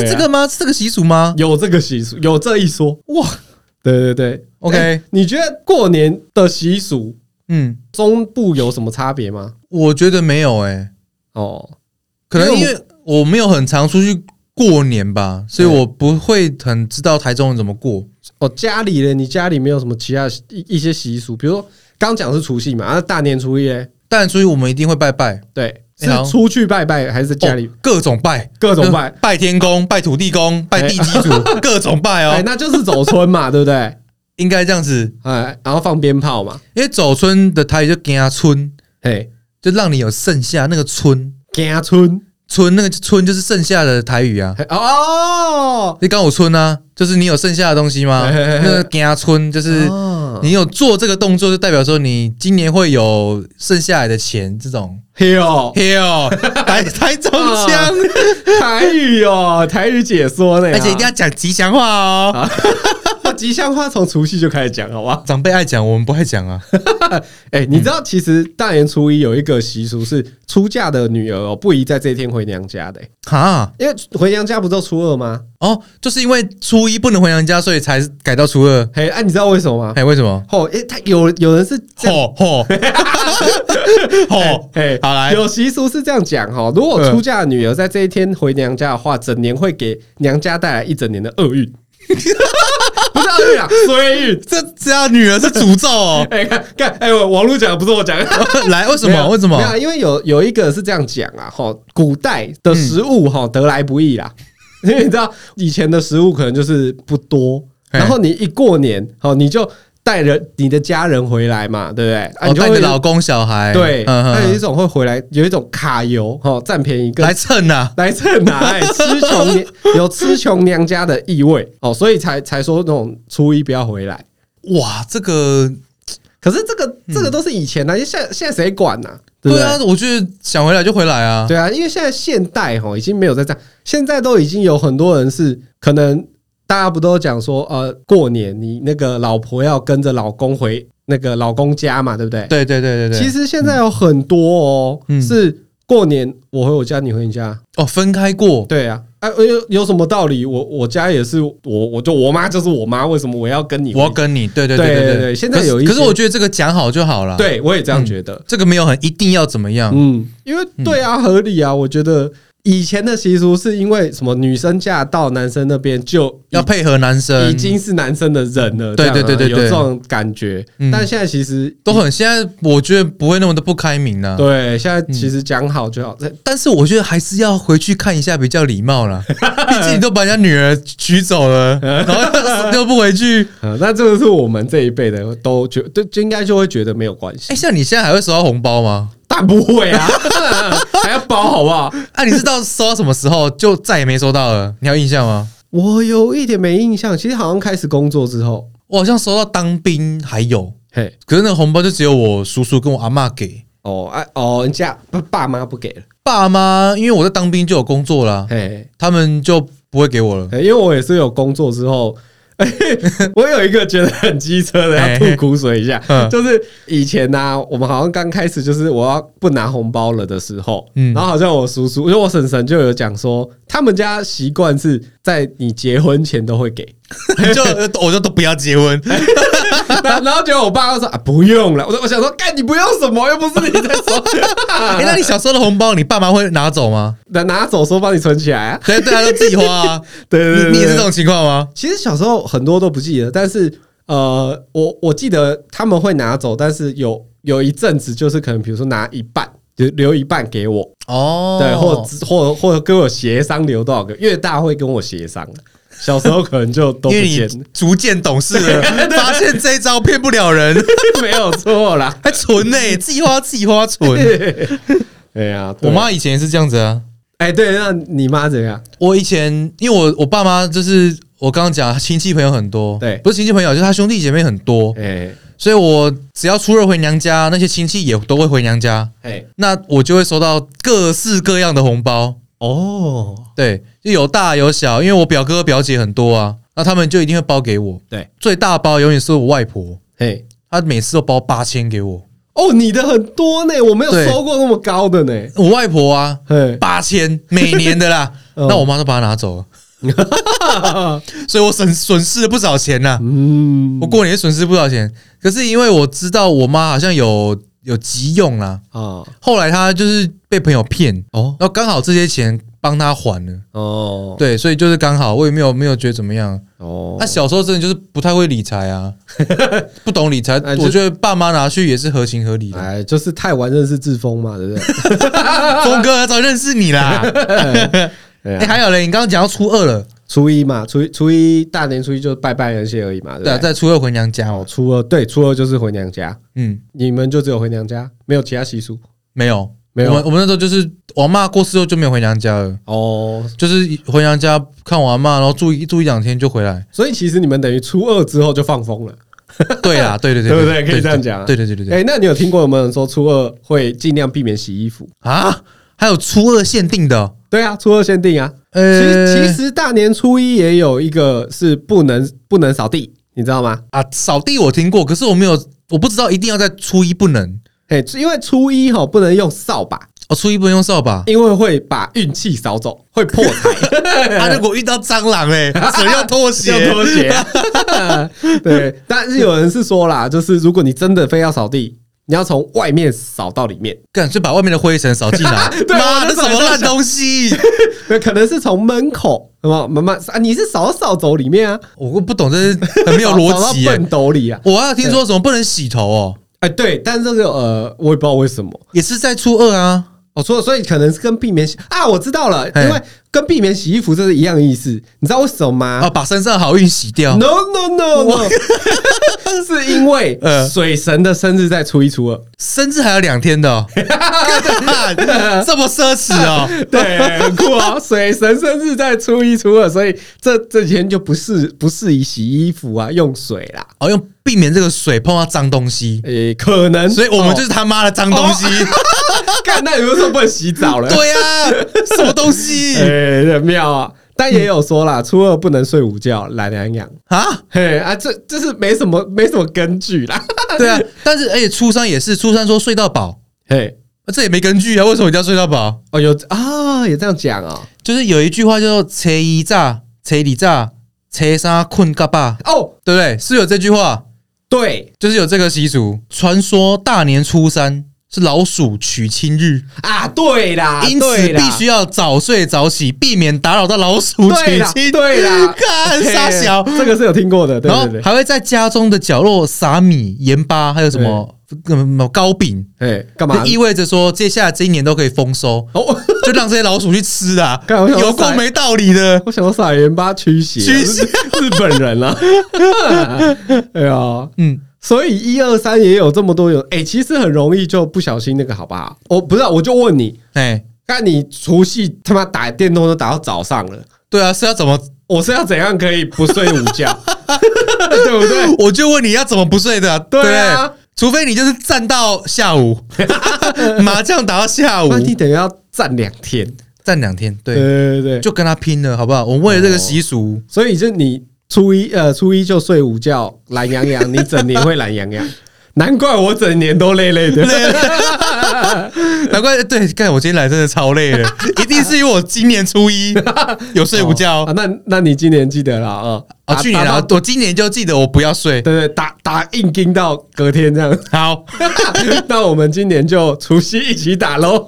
Speaker 2: 是
Speaker 1: 啊
Speaker 2: 这个吗？是这个习俗吗？
Speaker 1: 有这个习俗，有这一说。
Speaker 2: 哇，
Speaker 1: 对对对
Speaker 2: OK
Speaker 1: 欸你觉得过年的习俗
Speaker 2: 嗯，
Speaker 1: 中部有什么差别吗？
Speaker 2: 我觉得没有哎，
Speaker 1: 哦，
Speaker 2: 可能因
Speaker 1: 因为
Speaker 2: 为我没有很常出去过年吧，所以我不会很知道台中人怎么过。
Speaker 1: 哦，家里嘞，你家里没有什么其他一一些习俗，比如说刚讲是除夕嘛，那、啊大年初一嘞，
Speaker 2: 但所以我们一定会拜拜，
Speaker 1: 对，
Speaker 2: 欸
Speaker 1: 是
Speaker 2: 好
Speaker 1: 出去拜拜还是在家里
Speaker 2: 哦？各种拜，
Speaker 1: 各种拜
Speaker 2: 就拜天公、拜土地公、拜地基主， 各种拜
Speaker 1: 哎，
Speaker 2: 哦，
Speaker 1: 那就是走村嘛， 对不对？
Speaker 2: 应该这样子。
Speaker 1: 哎，然后放鞭炮嘛，
Speaker 2: 因为走村的台语就惊村，
Speaker 1: 嘿，
Speaker 2: 就让你有剩下那个村
Speaker 1: 家村，
Speaker 2: 村那个村就是剩下的台语啊。
Speaker 1: 嘿哦，
Speaker 2: 你刚有村啊，就是你有剩下的东西吗？
Speaker 1: 嘿嘿嘿
Speaker 2: 那个惊村就是
Speaker 1: 哦
Speaker 2: 你有做这个动作，就代表说你今年会有剩下来的钱。这种
Speaker 1: 嘿哦，
Speaker 2: 哟， 台台中
Speaker 1: 啊
Speaker 2: 腔，
Speaker 1: 台语哦，台语解说呢，
Speaker 2: 而且一定要讲吉祥话
Speaker 1: 啊
Speaker 2: 哦。
Speaker 1: 要吉祥话从除夕就开始讲，好吧？
Speaker 2: 长辈爱讲，我们不爱讲啊。
Speaker 1: 哎，你知道其实大年初一有一个习俗是出嫁的女儿哦不宜在这一天回娘家的，哎
Speaker 2: 哈
Speaker 1: 因为回娘家不都初二吗？
Speaker 2: 哦，就是因为初一不能回娘家，所以才改到初二。
Speaker 1: 嘿，哎，你知道为什么吗？
Speaker 2: 哎，为什么？
Speaker 1: 哦，哎，他有有人是这样
Speaker 2: 吼吼吼！
Speaker 1: 哎，
Speaker 2: 好来
Speaker 1: 有习俗是这样讲哈，如果
Speaker 2: 嗯
Speaker 1: 出嫁的女儿在这一天回娘家的话，整年会给娘家带来一整年的厄 运，不是厄运啊，衰运。。
Speaker 2: 这这样女儿是诅咒哦
Speaker 1: 哎、看看，哎、我网络讲的不是我讲的，
Speaker 2: 来，为什
Speaker 1: 没有
Speaker 2: 么？为什
Speaker 1: 没有啊，
Speaker 2: 么？
Speaker 1: 因为有有一个是这样讲啊，哈，古代的食物哈、得来不易啦，
Speaker 2: 嗯
Speaker 1: 因为你知道以前的食物可能就是不多，
Speaker 2: 嘿
Speaker 1: 然后你一过年，好你就带人你的家人回来嘛，对不对？啊，
Speaker 2: 我
Speaker 1: 你就
Speaker 2: 哦带你
Speaker 1: 会
Speaker 2: 的老公小孩，
Speaker 1: 对，
Speaker 2: 嗯
Speaker 1: 还有一
Speaker 2: 嗯
Speaker 1: 种会回来，有一种卡油哈，占便宜
Speaker 2: 嗯
Speaker 1: 跟
Speaker 2: 来蹭呐。
Speaker 1: 来蹭啊，哎， 吃穷娘有吃穷娘家的意味哦，所以才才说那种初一不要回来。
Speaker 2: 哇，这个
Speaker 1: 可是这个这个都是以前啊的，因为现在现在谁管呐、对不
Speaker 2: 嗯
Speaker 1: 对？
Speaker 2: 对啊，我觉得想回来就回来啊。
Speaker 1: 对啊，因为现在现代哈已经没有在这样，现在都已经有很多人是可能大家不都讲说呃过年你那个老婆要跟着老公回那个老公家嘛，对不对？
Speaker 2: 对对对对对，
Speaker 1: 其实现在有很多哦，
Speaker 2: 嗯
Speaker 1: 是过年我回我家，你回你家，
Speaker 2: 哦，分开过
Speaker 1: 对啊，哎、有有什么道理？我我家也是，我我就我妈就是我妈，为什么我要跟你？
Speaker 2: 我要跟你，对对
Speaker 1: 对
Speaker 2: 对
Speaker 1: 对对现在有
Speaker 2: 可
Speaker 1: 一
Speaker 2: 是可是
Speaker 1: 些
Speaker 2: 我觉得这个讲好就好了，，
Speaker 1: 对我也这样觉得。
Speaker 2: 这个没有很一定要怎么样，
Speaker 1: 嗯，因为对啊，合理啊，我觉得以前的习俗是因为什么？女生嫁到男生那边就已
Speaker 2: 要配合男生，
Speaker 1: 已经是男生的人了，这
Speaker 2: 对
Speaker 1: 样啊
Speaker 2: 对对对
Speaker 1: 有
Speaker 2: 对
Speaker 1: 这种感觉。
Speaker 2: 嗯
Speaker 1: 但现在其实
Speaker 2: 都很现在，我觉得不会那么的不开明了、
Speaker 1: 对，现在其实讲好就好。这
Speaker 2: 但是我觉得还是要回去看一下比较礼 貌啦，毕竟你都把人家女儿娶走了，
Speaker 1: 嗯
Speaker 2: 然后又不回去。
Speaker 1: 啊， 那这个是我们这一辈的都觉得，就应该就会觉得没有关系
Speaker 2: 哎、。像你现在还会收到红包吗？
Speaker 1: 但不会 啊， 还要包好不好？
Speaker 2: 啊，你是到收到什么时候就再也没收到了？你还有印象吗？
Speaker 1: 我有一点没印象，其实好像开始工作之后，
Speaker 2: 我好像收到当兵还有，
Speaker 1: 嘿，
Speaker 2: 可是那个红包就只有我叔叔跟我阿嬷给，
Speaker 1: 哦，哎、哦，人家爸爸妈不给了，
Speaker 2: 爸妈因为我在当兵就有工作啦，
Speaker 1: 嘿，
Speaker 2: 他们就不会给我 了。
Speaker 1: 欸嘿因为我也是有工作之后。欸我有一个觉得很机车的，要吐苦水一下
Speaker 2: 嗯，
Speaker 1: 就是以前呢、我们好像刚开始就是我要不拿红包了的时候，
Speaker 2: 嗯
Speaker 1: 然后好像我叔叔，因为我婶婶就有讲说，他们家习惯是在你结婚前都会 给，
Speaker 2: 就我就都不要结 婚，
Speaker 1: 然后然后结果我爸就说啊不用了，我说我想说，干你不用什么，又不是你在 说，
Speaker 2: 哎、那你小时候的红包，你爸妈会拿走 吗？
Speaker 1: 拿拿走说帮你存起来啊，
Speaker 2: 对对啊，都自己花啊。
Speaker 1: 对对
Speaker 2: 你
Speaker 1: 对
Speaker 2: 你也是
Speaker 1: 对
Speaker 2: 这种情况吗？
Speaker 1: 其实小时候很多都不记得，但是呃，我我记得他们会拿走，但是有有一阵子就是可能比如说拿一半，就留一半给我，
Speaker 2: 哦
Speaker 1: 对，或或或者跟我协商留多少个，越大会跟我协商。小时候可能就都不
Speaker 2: 因为你
Speaker 1: 见，
Speaker 2: 逐渐懂事了， 发现这一招骗不了 人，
Speaker 1: 没有错啦。
Speaker 2: 还存呢、自己花自己花存。
Speaker 1: 哎呀，对
Speaker 2: 我妈以前也是这样子啊，
Speaker 1: 哎，对，那你妈怎样？
Speaker 2: 我以前因为我我爸妈就是我刚刚讲亲戚朋友很多，
Speaker 1: 对
Speaker 2: 不是亲戚朋友，就是他兄弟姐妹很多，
Speaker 1: 哎
Speaker 2: 所以我只要初二回娘家，那些亲戚也都会回娘家，
Speaker 1: 哎
Speaker 2: 那我就会收到各式各样的红包，
Speaker 1: 哦，
Speaker 2: 对，就有大有小，因为我表哥表姐很多啊，那他们就一定会包给我，
Speaker 1: 对，
Speaker 2: 最大包永远是我外婆。
Speaker 1: 嘿，
Speaker 2: 他每次都包八千给我，
Speaker 1: 哦，你的很多呢，我没有
Speaker 2: 对
Speaker 1: 收过那么高的呢。
Speaker 2: 我外婆啊，
Speaker 1: 嘿，
Speaker 2: 八千每年的啦，
Speaker 1: 嗯
Speaker 2: 那我妈都把它拿走了，所以我损损失了不少钱呐、
Speaker 1: 嗯，
Speaker 2: 我过年也损失不少钱，可是因为我知道我妈好像有有急用啦，
Speaker 1: 啊，
Speaker 2: 后来她就是被朋友骗，
Speaker 1: 哦
Speaker 2: 然后刚好这些钱帮她还了。
Speaker 1: 哦
Speaker 2: 对，所以就是刚好，我也没有没有觉得怎么样。
Speaker 1: 哦
Speaker 2: 那、，小时候真的就是不太会理财 啊，不懂理财，
Speaker 1: 哎就
Speaker 2: 我觉得爸妈拿去也是合情合理的。
Speaker 1: 哎，就是太晚认识志峰嘛，对不 对？
Speaker 2: 峰哥早就认识 你啦，
Speaker 1: 啊哎
Speaker 2: 哎、
Speaker 1: 呀
Speaker 2: 还有嘞，你刚刚讲到初二了，
Speaker 1: 初一嘛，初一初一大年初一就拜拜那些而已嘛，对
Speaker 2: 对啊，
Speaker 1: 不对？
Speaker 2: 在初二回娘家
Speaker 1: 哦，
Speaker 2: 哦。
Speaker 1: 初二对，初二就是回娘家，
Speaker 2: 嗯，
Speaker 1: 你们就只有回娘家，没有其他习俗
Speaker 2: 没有，
Speaker 1: 没有
Speaker 2: 我们我们那时候就是我妈过世后就没有回娘家了，
Speaker 1: 哦。。
Speaker 2: 就是回娘家看我阿妈，然后住一住一两天就回来
Speaker 1: 所以其实你们等于初二之后就放风了。
Speaker 2: 对啦，对对
Speaker 1: 对
Speaker 2: 对
Speaker 1: 不对可以这样讲啊
Speaker 2: 对对对对对
Speaker 1: 哎，那你有听过有没有人说初二会尽量避免洗衣服？
Speaker 2: 啊，还有初二限定的哦，
Speaker 1: 对啊，初二限定啊。其
Speaker 2: 呃，
Speaker 1: 实其实大年初一也有一个是不能不能扫地，你知道吗？
Speaker 2: 啊，扫地我听过，可是我没有，我不知道一定要在初一不能
Speaker 1: 嘿，因为初一哈不能用扫把，。
Speaker 2: 哦，初一不能用扫把
Speaker 1: 因为会把运气扫走，会破财，
Speaker 2: 啊，如果遇到蟑 螂哎、只能用拖鞋，
Speaker 1: 要拖鞋。 对，但是有人是说啦，就是如果你真的非要扫地，你要从外面扫到里面，。
Speaker 2: 干脆把外面的灰尘扫进来
Speaker 1: 对我
Speaker 2: 妈，
Speaker 1: 那
Speaker 2: 这
Speaker 1: 时候
Speaker 2: 什
Speaker 1: 也
Speaker 2: 么
Speaker 1: 这样
Speaker 2: 烂东西？
Speaker 1: 那可能是从门口，什么慢慢啊，你是扫扫走里面啊，
Speaker 2: 我不懂，这是很没 有
Speaker 1: 扫
Speaker 2: 逻
Speaker 1: 到
Speaker 2: 辑、欸。
Speaker 1: 粪斗里啊。
Speaker 2: 我还有听说什么不能洗头哦，
Speaker 1: 哎，对，但这个呃，我也不知道为什么。
Speaker 2: 也是在初二啊。
Speaker 1: 哦，所以所以可能是跟避免洗啊，我知道了，
Speaker 2: 嘿
Speaker 1: 因为跟避免洗衣服这是一样的意思，你知道为什么
Speaker 2: 啊，
Speaker 1: 吗
Speaker 2: 把身上好运洗掉。
Speaker 1: ？No No No No，是因 为
Speaker 2: 呃
Speaker 1: 水神的生日在初一初二，
Speaker 2: 生日还有两天的、 哦， 干这么奢侈哦。
Speaker 1: 对，很酷啊！水神生日在初一初二，所以这这几天就不适不适宜洗衣服啊，用水啦，
Speaker 2: 哦，用避免这个水碰到脏东西，
Speaker 1: 诶、可能，
Speaker 2: 所以我们就是他妈的脏东西。
Speaker 1: 哦干、那有的时候不能洗澡了，
Speaker 2: 对啊，什么东西
Speaker 1: 诶、很妙啊！但也有说啦，初二不能睡午觉，懒洋洋。
Speaker 2: 啊？
Speaker 1: 嘿啊，这这是没什么没什么根据啦。
Speaker 2: 对啊，但是而且初三也是，初三说睡到饱，
Speaker 1: 嘿，
Speaker 2: 啊这也没根据啊，为什么一定要睡到饱？
Speaker 1: 哦，有啊，有这样讲哦。
Speaker 2: 就是有一句话叫做“车一炸，车里炸，车三困嘎巴
Speaker 1: 哦，”，
Speaker 2: 对不对？是有这句话，
Speaker 1: 对
Speaker 2: 就是有这个习俗。传说大年初三是老鼠娶亲日，
Speaker 1: 啊，对啦，
Speaker 2: 因此
Speaker 1: 对啦
Speaker 2: 必须要早睡早起，避免打扰到老鼠
Speaker 1: 对
Speaker 2: 娶
Speaker 1: 啦
Speaker 2: 亲。
Speaker 1: 对啦
Speaker 2: 看傻小。
Speaker 1: 这个是有听过的，对
Speaker 2: 然后
Speaker 1: 对对，
Speaker 2: 还会在家中的角落撒米、盐巴，还有什么嗯糕饼，
Speaker 1: 哎，干嘛
Speaker 2: 就？意味着说，接下来这一年都可以丰收，
Speaker 1: 哦，
Speaker 2: 就让这些老鼠去吃啊
Speaker 1: 干我，想说
Speaker 2: 有够没道理的。
Speaker 1: 我想要撒盐巴驱邪，啊
Speaker 2: 驱邪
Speaker 1: 日本人啊，哎呀，
Speaker 2: 嗯，
Speaker 1: 所以一二三也有这么多有，哎、其实很容易就不小心那个，好不好？我不是啊，我就问你，
Speaker 2: 哎，
Speaker 1: 看你除夕他妈打电动都打到早上了，
Speaker 2: 对啊，是要 怎么？
Speaker 1: 我是要怎样可以不睡午觉， 对不对？
Speaker 2: 我就问你要怎么不睡的啊？对不
Speaker 1: 对
Speaker 2: 对
Speaker 1: 啊，
Speaker 2: 除非你就是站到下午， 麻将打到下午
Speaker 1: 那，啊你等于要站两天，
Speaker 2: 站两天，
Speaker 1: 对
Speaker 2: 对，
Speaker 1: 对对对，
Speaker 2: 就跟他拼了，好不好？我们为了这个习俗，
Speaker 1: 所以就你初一呃初一就睡午觉，懒洋洋，你整年会懒洋洋， 难怪我整年都累累的。 哦
Speaker 2: 难怪对，干我今天来真的超累 的，一定是因为我今年初一有睡午觉
Speaker 1: 啊，那那你今年记得了啊？
Speaker 2: 啊，
Speaker 1: 打
Speaker 2: 去年
Speaker 1: 打
Speaker 2: 啊
Speaker 1: 到，
Speaker 2: 我今年就记得我不要睡。
Speaker 1: 对对，打打硬盯到隔天这 样。
Speaker 2: 好，
Speaker 1: 那我们今年就除夕一起打喽，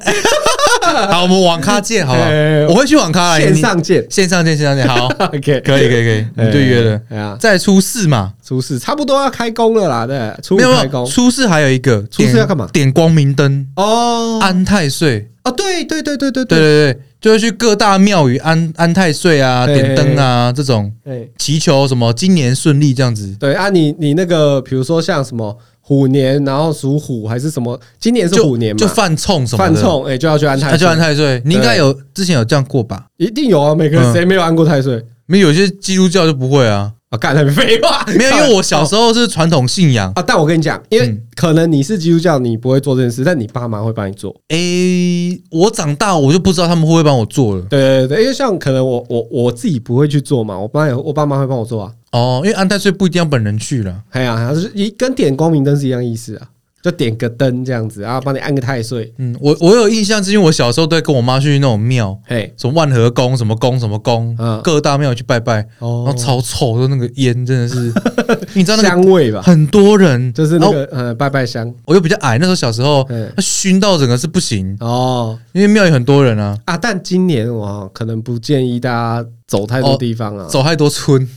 Speaker 2: 好，我们网咖见，好 不好
Speaker 1: 哎？
Speaker 2: 我会去网 咖啊，
Speaker 1: 线
Speaker 2: 你
Speaker 1: 上见。
Speaker 2: 线上见，线上见，好，
Speaker 1: OK，
Speaker 2: 可以，可以，可以，我们对约了。
Speaker 1: 哎呀，
Speaker 2: 再初四嘛，
Speaker 1: 初四差不多要开工了啦，对，初五
Speaker 2: 没有
Speaker 1: 开
Speaker 2: 没有，
Speaker 1: 工。
Speaker 2: 初四还有一个，
Speaker 1: 初四
Speaker 2: 点
Speaker 1: 要干嘛
Speaker 2: 点光明灯，
Speaker 1: 哦
Speaker 2: 安太岁。
Speaker 1: 哦，对对对对对
Speaker 2: 啊对，对对，就会去各大庙宇安安太岁啊，
Speaker 1: 哎
Speaker 2: 点灯啊这种，
Speaker 1: 哎
Speaker 2: 祈求什么今年顺利这样子。
Speaker 1: 对啊，你你那个比如说像什么虎年，然后属虎还是什么？今年是
Speaker 2: 就
Speaker 1: 虎年嘛，
Speaker 2: 就犯冲什么
Speaker 1: 犯
Speaker 2: 的，
Speaker 1: 冲哎，就要去安太
Speaker 2: 他
Speaker 1: 岁，
Speaker 2: 就安太岁。你应该有之前有这样过吧？
Speaker 1: 一定有啊，每个人
Speaker 2: 嗯
Speaker 1: 谁没有安过太岁？
Speaker 2: 没有有些基督教就不会啊，
Speaker 1: 啊，干很废话，
Speaker 2: 没有，因为我小时候是传统信仰。
Speaker 1: 啊，但我跟你讲，因为
Speaker 2: 嗯
Speaker 1: 可能你是基督教，你不会做这件事，但你爸妈会帮你做。
Speaker 2: 诶、我长大我就不知道他们会不会帮我做了
Speaker 1: 对对对，因为像可能我我我自己不会去做嘛，我爸也我爸妈会帮我做啊。
Speaker 2: 哦，因为安太岁不一定要本人去了。
Speaker 1: 哎呀、啊，就是一跟点光明灯是一样意思啊，就点个灯这样子，然后帮你按个太岁。
Speaker 2: 嗯，我我有印象，是因为我小时候都会跟我妈去那种庙，
Speaker 1: 嘿，
Speaker 2: 什么万和宫、什么宫、什么宫，
Speaker 1: 嗯
Speaker 2: 各大庙去拜拜，然后
Speaker 1: 哦，
Speaker 2: 超臭，就那个烟真的是， 你知道那个
Speaker 1: 香味吧，
Speaker 2: 很多人，
Speaker 1: 就是那
Speaker 2: 然后
Speaker 1: 个呃拜拜香。
Speaker 2: 我又比较矮，那时候小时候
Speaker 1: 嗯，
Speaker 2: 那熏到整个是不行，
Speaker 1: 哦
Speaker 2: 因为庙有很多人啊，
Speaker 1: 啊，但今年我可能不建议大家走太多地方啊。
Speaker 2: 走太多村，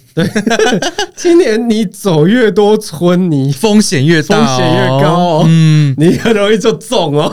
Speaker 1: 今年你走越多村，你
Speaker 2: 风险越大、
Speaker 1: 风险越高哦
Speaker 2: 嗯，
Speaker 1: 你很容易就中哦。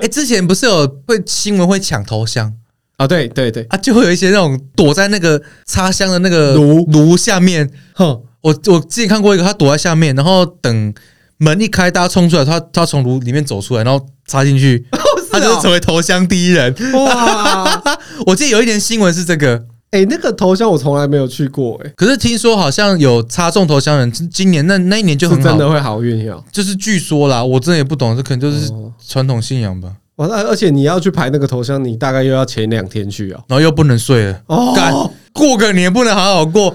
Speaker 2: 哎、之前不是有会新闻会抢头香
Speaker 1: 啊，对对对，
Speaker 2: 啊，就会有一些那种躲在那个插香的那个
Speaker 1: 炉
Speaker 2: 炉下面。
Speaker 1: 哼，
Speaker 2: 我我之前看过一个，他躲在下面，然后等门一开，大家冲出来，他他从炉里面走出来，然后插进去，
Speaker 1: 哦
Speaker 2: 他就是成为头香第一人。
Speaker 1: 哇，
Speaker 2: 我记得有一年新闻是这个，
Speaker 1: 哎、那个头像我从来没有去过、欸，
Speaker 2: 可是听说好像有插中头香的人，今今年那那一年就是很好
Speaker 1: 真，的会好运哟。
Speaker 2: 就是据说啦，我真的也不懂，这可能就是
Speaker 1: 哦
Speaker 2: 传统信仰吧。
Speaker 1: 哇，那而且你要去排那个头像，你大概又要前两天去哦。
Speaker 2: 然后又不能睡了，
Speaker 1: 哦
Speaker 2: 干过个年不能好好过，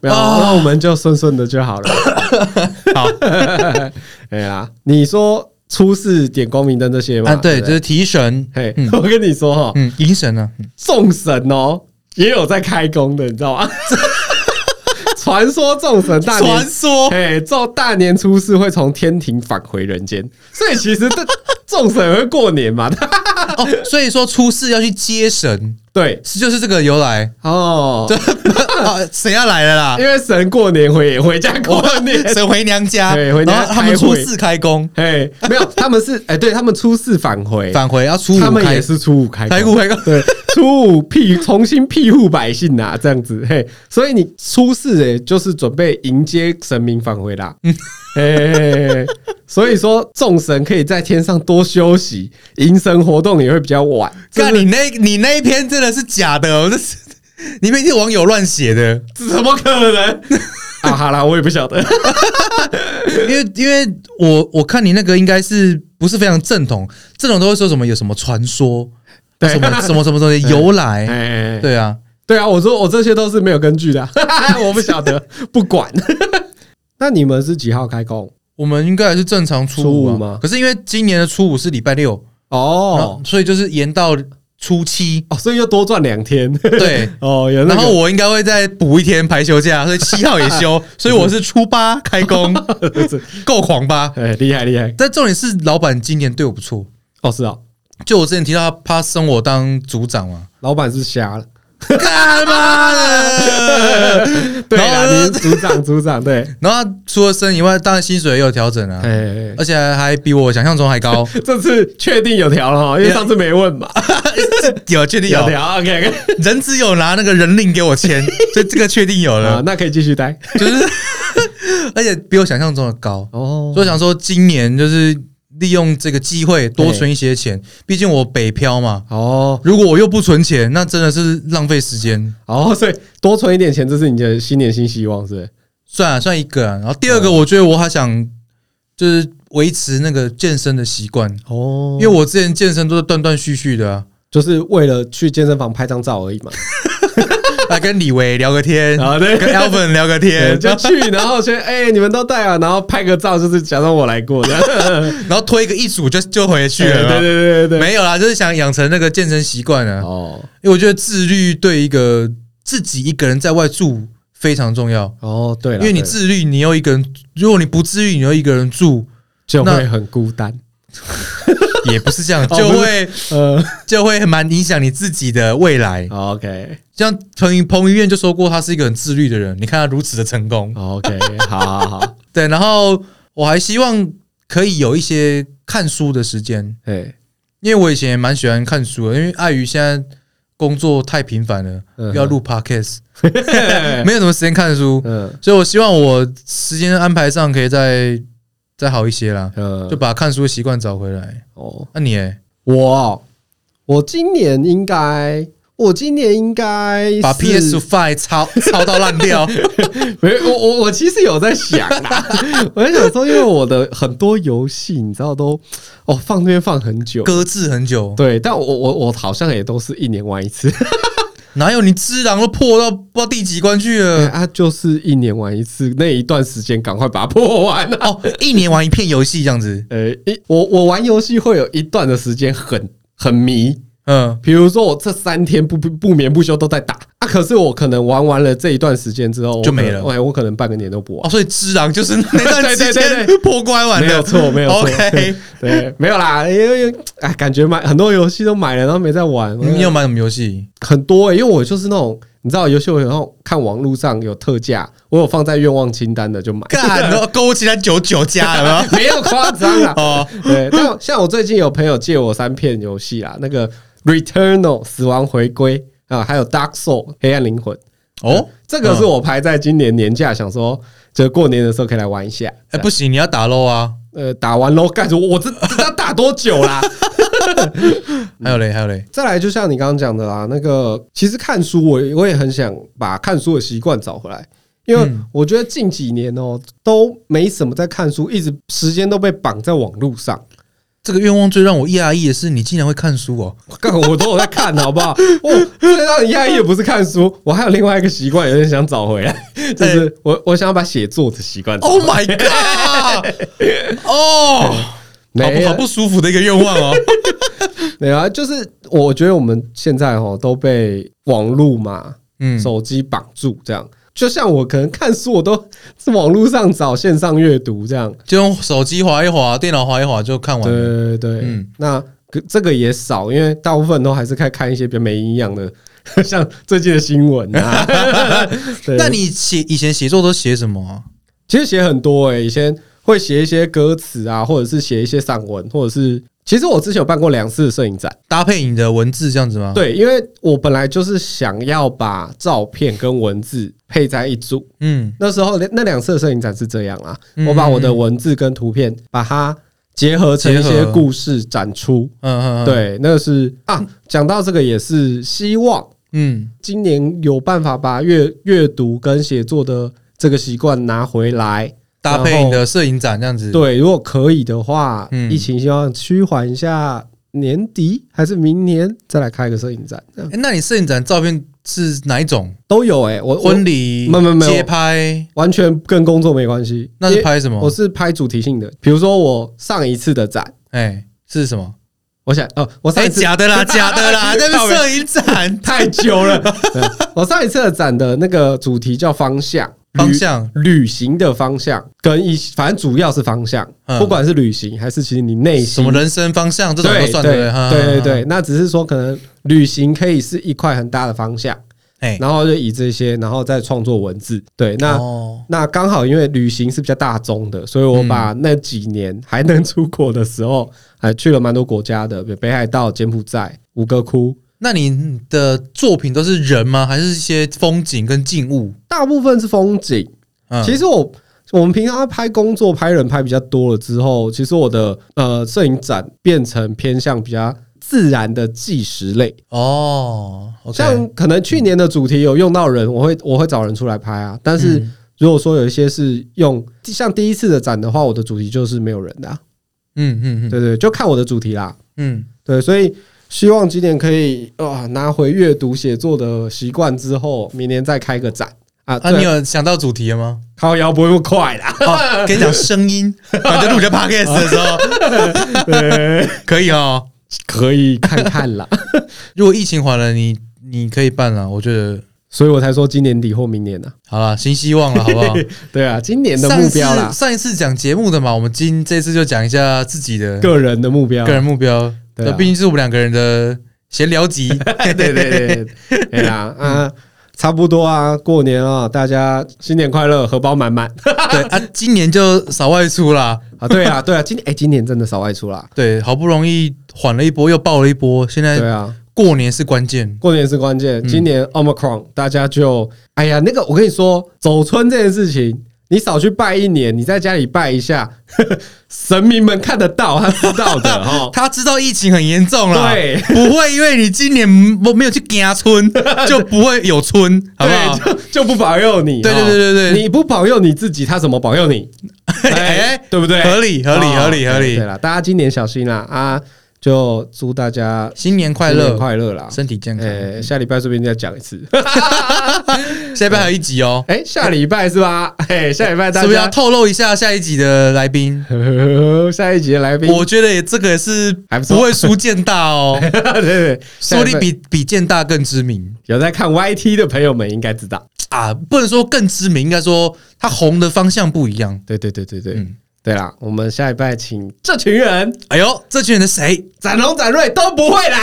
Speaker 1: 没有，
Speaker 2: 啊
Speaker 1: 那我们就顺顺的就好了。
Speaker 2: 好
Speaker 1: 哎呀，你说初四点光明灯这些吗？
Speaker 2: 啊，对，
Speaker 1: 不
Speaker 2: 就是提神，
Speaker 1: 嘿，
Speaker 2: 嗯
Speaker 1: 我跟你说哈、
Speaker 2: 嗯，迎神啊，嗯
Speaker 1: 众神哦，也有在开工的，你知道吗？ 传说众神大年
Speaker 2: 传说
Speaker 1: 哎，到大年初四会从天庭返回人间，所以其实这众神也会过年嘛，
Speaker 2: 哦，所以说初四要去接神，
Speaker 1: 对
Speaker 2: 是就是这个由来。
Speaker 1: 哦，
Speaker 2: 啊，神要来了啦，
Speaker 1: 因为神过年回也回家过年，
Speaker 2: 哦 神回娘家，
Speaker 1: 对回
Speaker 2: 然
Speaker 1: 娘
Speaker 2: 后他们
Speaker 1: 开
Speaker 2: 初
Speaker 1: 会
Speaker 2: 四开工，
Speaker 1: 哎，没有，他们是哎，对他们初四返回，
Speaker 2: 返回要初五
Speaker 1: 他们
Speaker 2: 开
Speaker 1: 也是初五开
Speaker 2: 开
Speaker 1: 工
Speaker 2: 工，开工，
Speaker 1: 对，初五庇重新庇护百姓呐、这样子嘿，所以你初四哎，就是准备迎接神明返回啦。
Speaker 2: 嗯
Speaker 1: 哎，所以说众神可以在天上多休息，迎神活动也会比较晚。这
Speaker 2: 干
Speaker 1: 是
Speaker 2: 你那，你那一篇真的是假的哦，这是你们是网友乱写的，
Speaker 1: 怎么可能？ 啊，好啦，我也不晓得。
Speaker 2: 因为因为我我看你那个应该是不是非常正统，正统都会说什么有什么传说，
Speaker 1: 对
Speaker 2: 什么什么什么东 西由来，
Speaker 1: 哎，
Speaker 2: 对啊，
Speaker 1: 对啊，我说我这些都是没有根据的啊、 我不晓 得，不管。那你们是几号开工？
Speaker 2: 我们应该还是正常初
Speaker 1: 初五
Speaker 2: 五啊
Speaker 1: 吗
Speaker 2: 嘛，可是因为今年的初五是礼拜六，然后
Speaker 1: 哦，
Speaker 2: 所以就是延到初七，
Speaker 1: 哦，所以又多赚两天。
Speaker 2: 对，
Speaker 1: 哦，有那
Speaker 2: 然
Speaker 1: 个
Speaker 2: 后我应该会再补一天排休假，所以七号也 休，所以我是初八开 工，够狂吧？
Speaker 1: 哎，厉害厉害。
Speaker 2: 但重点是，老板今年对我不错。
Speaker 1: 哦，是啊，
Speaker 2: 就我之前提到他，他升我当组长 嘛，
Speaker 1: 老板是瞎了。
Speaker 2: 干妈的，
Speaker 1: 对
Speaker 2: 然后
Speaker 1: 啦，你是组长组长对，
Speaker 2: 然后他除了升以外，当然薪水也有调整啊，
Speaker 1: 哎，
Speaker 2: 而且还比我想象中还高，
Speaker 1: 这次确定有调了哈，因为上次没问嘛，
Speaker 2: 有确定
Speaker 1: 有
Speaker 2: 有，啊
Speaker 1: 调，OK OK，
Speaker 2: 人资有拿那个人令给我 签，所以这个确定有
Speaker 1: 啊
Speaker 2: 了，，
Speaker 1: 那可以继续待
Speaker 2: 就是 而且比我想象中的高，
Speaker 1: 哦
Speaker 2: 所以我想说今年就是利用这个机会多存一些钱，毕竟我北漂嘛，
Speaker 1: 哦
Speaker 2: 如果我又不存钱，那真的是浪费时间。
Speaker 1: 哦，所以多存一点钱，这是你的新年新希望，是不是？
Speaker 2: 算了算一个啊，然后第二个，我觉得我还想就是维持那个健身的习惯，
Speaker 1: 哦
Speaker 2: 因为我之前健身都是断断续续的啊，
Speaker 1: 就是为了去健身房拍张照而已嘛。
Speaker 2: 来跟李维聊个天，
Speaker 1: 啊，对，
Speaker 2: 跟 Alvin 聊个
Speaker 1: 对
Speaker 2: 天，
Speaker 1: 就去，然后先哎、你们都带啊，然后拍个照，就是假装我来过的。
Speaker 2: 然后推个一组就就回去了
Speaker 1: 对对
Speaker 2: 啊。
Speaker 1: 对对对，
Speaker 2: 没有啦，就是想养成那个健身习惯啊，
Speaker 1: 哦
Speaker 2: 因为我觉得自律对一个自己一个人在外住非常重要。
Speaker 1: 哦，对
Speaker 2: 因
Speaker 1: 了，
Speaker 2: 为你
Speaker 1: 对了
Speaker 2: 自律，你又一个人；如果你不自律，你又一个 人住，
Speaker 1: 就
Speaker 2: 那
Speaker 1: 会很孤单。
Speaker 2: 也不是这样，
Speaker 1: 哦
Speaker 2: 就
Speaker 1: 不
Speaker 2: 会
Speaker 1: 呃
Speaker 2: 就会蛮影响你自己的未来。
Speaker 1: 好，OK 哦
Speaker 2: 像彭于彭于晏就说过，他是一个很自律的人。你看他如此的成功，
Speaker 1: 好哦 OK，好好 好，
Speaker 2: 对。然后我还希望可以有一些看书的时间，
Speaker 1: 哎，
Speaker 2: 因为我以前也蛮喜欢看书的，因为碍于现在工作太频繁了，
Speaker 1: 嗯
Speaker 2: 又要录 podcast，没有什么时间看书，
Speaker 1: 嗯
Speaker 2: 所以我希望我时间安排上可以再再好一些啦，
Speaker 1: 嗯，
Speaker 2: 就把看书的习惯找回来。
Speaker 1: 哦，
Speaker 2: 那、你欸
Speaker 1: 我哦我今年应该，我今年应该
Speaker 2: 把
Speaker 1: 是
Speaker 2: PS Five 抄抄到烂掉，
Speaker 1: 没，我我我其实有在想啦， 我在想说，因为我的很多游戏，你知道都哦放那边放很久，
Speaker 2: 搁置很久，
Speaker 1: 对，但我我我好像也都是一年玩一次，
Speaker 2: 哪有你只狼都破到不知道第几关去了？
Speaker 1: 啊，就是一年玩一次，那一段时间赶快把它破完 啊。
Speaker 2: 哦，一年玩一片游戏这样子，
Speaker 1: 呃、一我我玩游戏会有一段的时间很很迷，
Speaker 2: 嗯，
Speaker 1: 比如说我这三天不不不眠不休都在打啊，可是我可能玩完了这一段时间之后我
Speaker 2: 就
Speaker 1: 可能
Speaker 2: 没了
Speaker 1: 哎，我可能半个年都不玩。
Speaker 2: 哦，所以只狼就是那段
Speaker 1: 对
Speaker 2: 时
Speaker 1: 对对
Speaker 2: 间
Speaker 1: 对
Speaker 2: 破关完的，
Speaker 1: 没有错，没有错。
Speaker 2: OK，
Speaker 1: 对，没有啦，因为哎，感觉买很多游戏都买了，然后没在玩。
Speaker 2: 你有买什么 游戏？
Speaker 1: 很多、欸，因为我就是那种你知道，游戏我有那种看网络上有特价，我有放在愿望清单的就买。
Speaker 2: 干， 哦然后购物清单九九加有没有？。
Speaker 1: 没有夸张啦
Speaker 2: 哦，
Speaker 1: 对，但像我最近有朋友借我三片游戏啊，那个《Returnal》死亡回归啊，还有《Dark Soul》黑暗灵魂。
Speaker 2: 哦，
Speaker 1: 这个是我排在今年年假，想说就过年的时候可以来玩一下。
Speaker 2: 哎，不行，你要打漏啊！
Speaker 1: 呃，打完喽，干什么？我这这要打多久啦？
Speaker 2: 还有嘞，还有嘞，
Speaker 1: 再来，就像你刚刚讲的啦，那个其实看书我也我也很想把看书的习惯找回来，因为
Speaker 2: 嗯
Speaker 1: 我觉得近几年哦、都没什么在看书，一直时间都被绑在网络上。
Speaker 2: 这个愿望最让我讶异的是，你竟然会看书哦！
Speaker 1: 干，我都有在看，好不 好？我最让你压抑的不是看书，我还有另外一个习惯，有点想找回来，
Speaker 2: 哎
Speaker 1: 就是我我想要把写作的习惯找回
Speaker 2: Oh my god！哦，好
Speaker 1: 来。没
Speaker 2: 不
Speaker 1: 有
Speaker 2: 好不舒服的一个愿望 哦。
Speaker 1: 没有啊，就是我觉得我们现在哦都被网络嘛、
Speaker 2: 嗯，
Speaker 1: 手机绑住，这样。就像我可能看书，我都是网络上找线上阅读这样。
Speaker 2: 就用手机划一划，电脑划一划就看完了。
Speaker 1: 对对对，
Speaker 2: 嗯
Speaker 1: 那可这个也少，因为大部分都还是在看一些比较没营养的， 像最近的新闻 啊。对
Speaker 2: 但你写以前写作都写什么啊？
Speaker 1: 其实写很多诶、以前会写一些歌词啊，或者是写一些散文，或者是其实我之前有办过两次的摄影展，
Speaker 2: 搭配你的文字这样子吗？，
Speaker 1: 对，因为我本来就是想要把照片跟文字配在一组。
Speaker 2: 嗯，
Speaker 1: 那时候那两次的摄影展是这样啊，
Speaker 2: 嗯
Speaker 1: 我把我的文字跟图片把它结合成一些
Speaker 2: 结合
Speaker 1: 故事展出。
Speaker 2: 嗯嗯，嗯，
Speaker 1: 对，那个是啊，讲到这个也是希望
Speaker 2: 嗯，
Speaker 1: 今年有办法把阅阅读跟写作的这个习惯拿回来。
Speaker 2: 搭配你的摄影展这样子。，
Speaker 1: 对，如果可以的话，
Speaker 2: 嗯
Speaker 1: 疫情希望趋缓一下，年底还是明年再来开个摄影展，这样
Speaker 2: 那你摄影展照片是哪一种？
Speaker 1: 都有哎、我我
Speaker 2: 婚礼、
Speaker 1: 没有没有没有
Speaker 2: 街拍，
Speaker 1: 完全跟工作没关系，
Speaker 2: 那是
Speaker 1: 因为
Speaker 2: 拍什
Speaker 1: 我
Speaker 2: 么？
Speaker 1: 是拍主题性的，比如说我上一次的展，
Speaker 2: 哎，是什么？
Speaker 1: 我想哦，我上
Speaker 2: 哎，
Speaker 1: 一次
Speaker 2: 假 的啦，假的啦，那
Speaker 1: 靠
Speaker 2: 个
Speaker 1: 北
Speaker 2: 摄影 展
Speaker 1: 太久 了。对我上一次的展的那个主题叫方向，
Speaker 2: 方向
Speaker 1: 旅旅行的方向跟一，反正主要是方向，
Speaker 2: 嗯
Speaker 1: 不管是旅行还是其实你内心
Speaker 2: 什么人生方向这种都
Speaker 1: 对
Speaker 2: 算
Speaker 1: 对
Speaker 2: 对不嗯对哈哈
Speaker 1: 对对
Speaker 2: 哈
Speaker 1: 对，那只是说可能旅行可以是一块很大的方向，
Speaker 2: 哎，
Speaker 1: 然后就以这些，然后再创作文字。对，那。
Speaker 2: 哦
Speaker 1: 那刚好，因为旅行是比较大众的，所以我
Speaker 2: 嗯
Speaker 1: 把那几年还能出国的时候，还去了蛮多国家的，北北海道、柬埔寨、吴哥窟，
Speaker 2: 那你的作品都是人吗？还是一些风景跟静物？
Speaker 1: 大部分是风景。
Speaker 2: 嗯
Speaker 1: 其实我我们平常拍工作、拍人拍比较多了之后，其实我的呃摄影展变成偏向比较自然的纪实类，
Speaker 2: 哦，OK，
Speaker 1: 像可能去年的主题有用到人，我会我会找人出来拍啊。但是
Speaker 2: 嗯
Speaker 1: 如果说有一些是用像第一次的展的话，我的主题就是没有人的、啊，
Speaker 2: 嗯嗯嗯
Speaker 1: 对对，就看我的主题啦。
Speaker 2: 嗯，
Speaker 1: 对，所以希望今年可以啊拿回阅读写作的习惯之后，明年再开个展啊。
Speaker 2: 啊，
Speaker 1: 对
Speaker 2: 你有想到主题了 吗？
Speaker 1: 靠腰不会那么快啦。
Speaker 2: 哦，跟你讲 声音，反正录着 podcast 的时候可以哦。
Speaker 1: 可以看看 啦，
Speaker 2: 如果疫情缓了，你你可以办了，我觉得
Speaker 1: 所以我才说今年底或明年呢、
Speaker 2: 好了，新希望了，好不好？
Speaker 1: 啊。对啊，今年的
Speaker 2: 上一
Speaker 1: 目
Speaker 2: 次
Speaker 1: 标啦，
Speaker 2: 上一次讲节目的嘛，我们今这次就讲一下自己的
Speaker 1: 个人的目标。啊
Speaker 2: 个人目标。
Speaker 1: 对啊
Speaker 2: 那毕竟是我们两个人的闲 聊集，
Speaker 1: 对对对对，对 啦啊，差不多啊，过年啊，大家新年快乐，荷包满满
Speaker 2: 对啊，今年就少外出啦。
Speaker 1: 啊。对 啊，对啊，今年哎、今年真的少外出啦。
Speaker 2: 对，好不容易缓了一波，又爆了一波，现
Speaker 1: 对
Speaker 2: 在
Speaker 1: 啊，
Speaker 2: 过年是关键。
Speaker 1: 过年是关
Speaker 2: 嗯
Speaker 1: 键。今年 Omicron，大家就哎呀，那个我跟你说，走春这件事情，你少去拜一年，你在家里拜一下， 呵呵神明们看得到，他知道的哦。
Speaker 2: 他知道疫情很严重啦，
Speaker 1: 对，
Speaker 2: 不会因为你今年没没有去家村， 就不会有村，好不好？
Speaker 1: 对，就就不保佑你。
Speaker 2: 对对对对对
Speaker 1: 你不保佑你自己，他怎么保佑你？
Speaker 2: 哎
Speaker 1: 对不对？
Speaker 2: 合理合理
Speaker 1: 哦
Speaker 2: 合理合
Speaker 1: 对
Speaker 2: 理
Speaker 1: 对，啦，大家今年小心啦啊！就祝大家
Speaker 2: 新年快
Speaker 1: 新
Speaker 2: 乐
Speaker 1: 年，快乐啦！
Speaker 2: 身体健康。
Speaker 1: 呃，下礼拜顺便再讲一次。
Speaker 2: 下一拜还有一集哦，
Speaker 1: 哎，下礼拜是 吧？哎，下礼拜
Speaker 2: 是
Speaker 1: 大
Speaker 2: 不是要
Speaker 1: 家
Speaker 2: 透露一下下一集的来宾？
Speaker 1: 下一集的来宾，
Speaker 2: 我觉得也这个也是
Speaker 1: 还不错
Speaker 2: 不会输建大 哦，
Speaker 1: 对对，
Speaker 2: 说
Speaker 1: 下
Speaker 2: 不定
Speaker 1: 礼拜
Speaker 2: 比比建大更知名
Speaker 1: 有在看 YT 的朋友们应该知道。
Speaker 2: 啊，不能说更知名，应该说他红的方向不一样。
Speaker 1: 对对对对对
Speaker 2: 嗯，
Speaker 1: 对啦，我们下礼拜请这群人，
Speaker 2: 哎呦，这群人的谁？
Speaker 1: 展龙展瑞都不会来。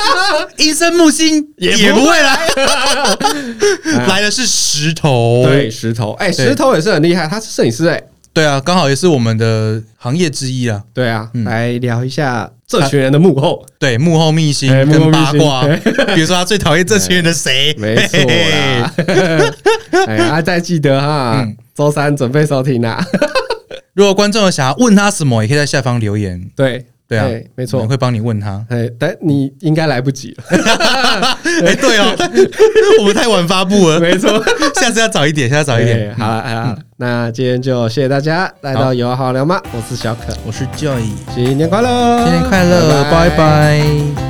Speaker 2: 阴森木星
Speaker 1: 也
Speaker 2: 也
Speaker 1: 不
Speaker 2: 不会来， 来的是石头。
Speaker 1: 对，石头，哎，
Speaker 2: 对
Speaker 1: 石头也是很厉害，他是摄影师，哎，
Speaker 2: 对啊，刚好也是我们的行业之一啊。
Speaker 1: 对啊
Speaker 2: 嗯，
Speaker 1: 来聊一下这群人的幕 后。
Speaker 2: 对，幕后秘辛
Speaker 1: 哎幕后
Speaker 2: 跟
Speaker 1: 秘
Speaker 2: 八
Speaker 1: 辛
Speaker 2: 卦，
Speaker 1: 哎
Speaker 2: 比如说他最讨厌这群人的谁？
Speaker 1: 没错啦，哎，啊，再记得哈
Speaker 2: 嗯，
Speaker 1: 周三准备收听啊啦。
Speaker 2: 如果观众有想要问他什么，也可以在下方留言。
Speaker 1: 对
Speaker 2: 对啊
Speaker 1: 哎，没
Speaker 2: 我们
Speaker 1: 错。。
Speaker 2: 会帮你问他
Speaker 1: 哎，但你应该来不及 了，
Speaker 2: 哎，对哦， 我们太晚发布了，
Speaker 1: 没错。
Speaker 2: 下次要早一点，下次早一
Speaker 1: 哎
Speaker 2: 点。
Speaker 1: 好了，哎好了，那今天就谢谢大家来到
Speaker 2: 嗯好
Speaker 1: 有好聊吗？我是小可，
Speaker 2: 我是 Joy，
Speaker 1: 新年快乐，
Speaker 2: 嗯新年快乐，拜拜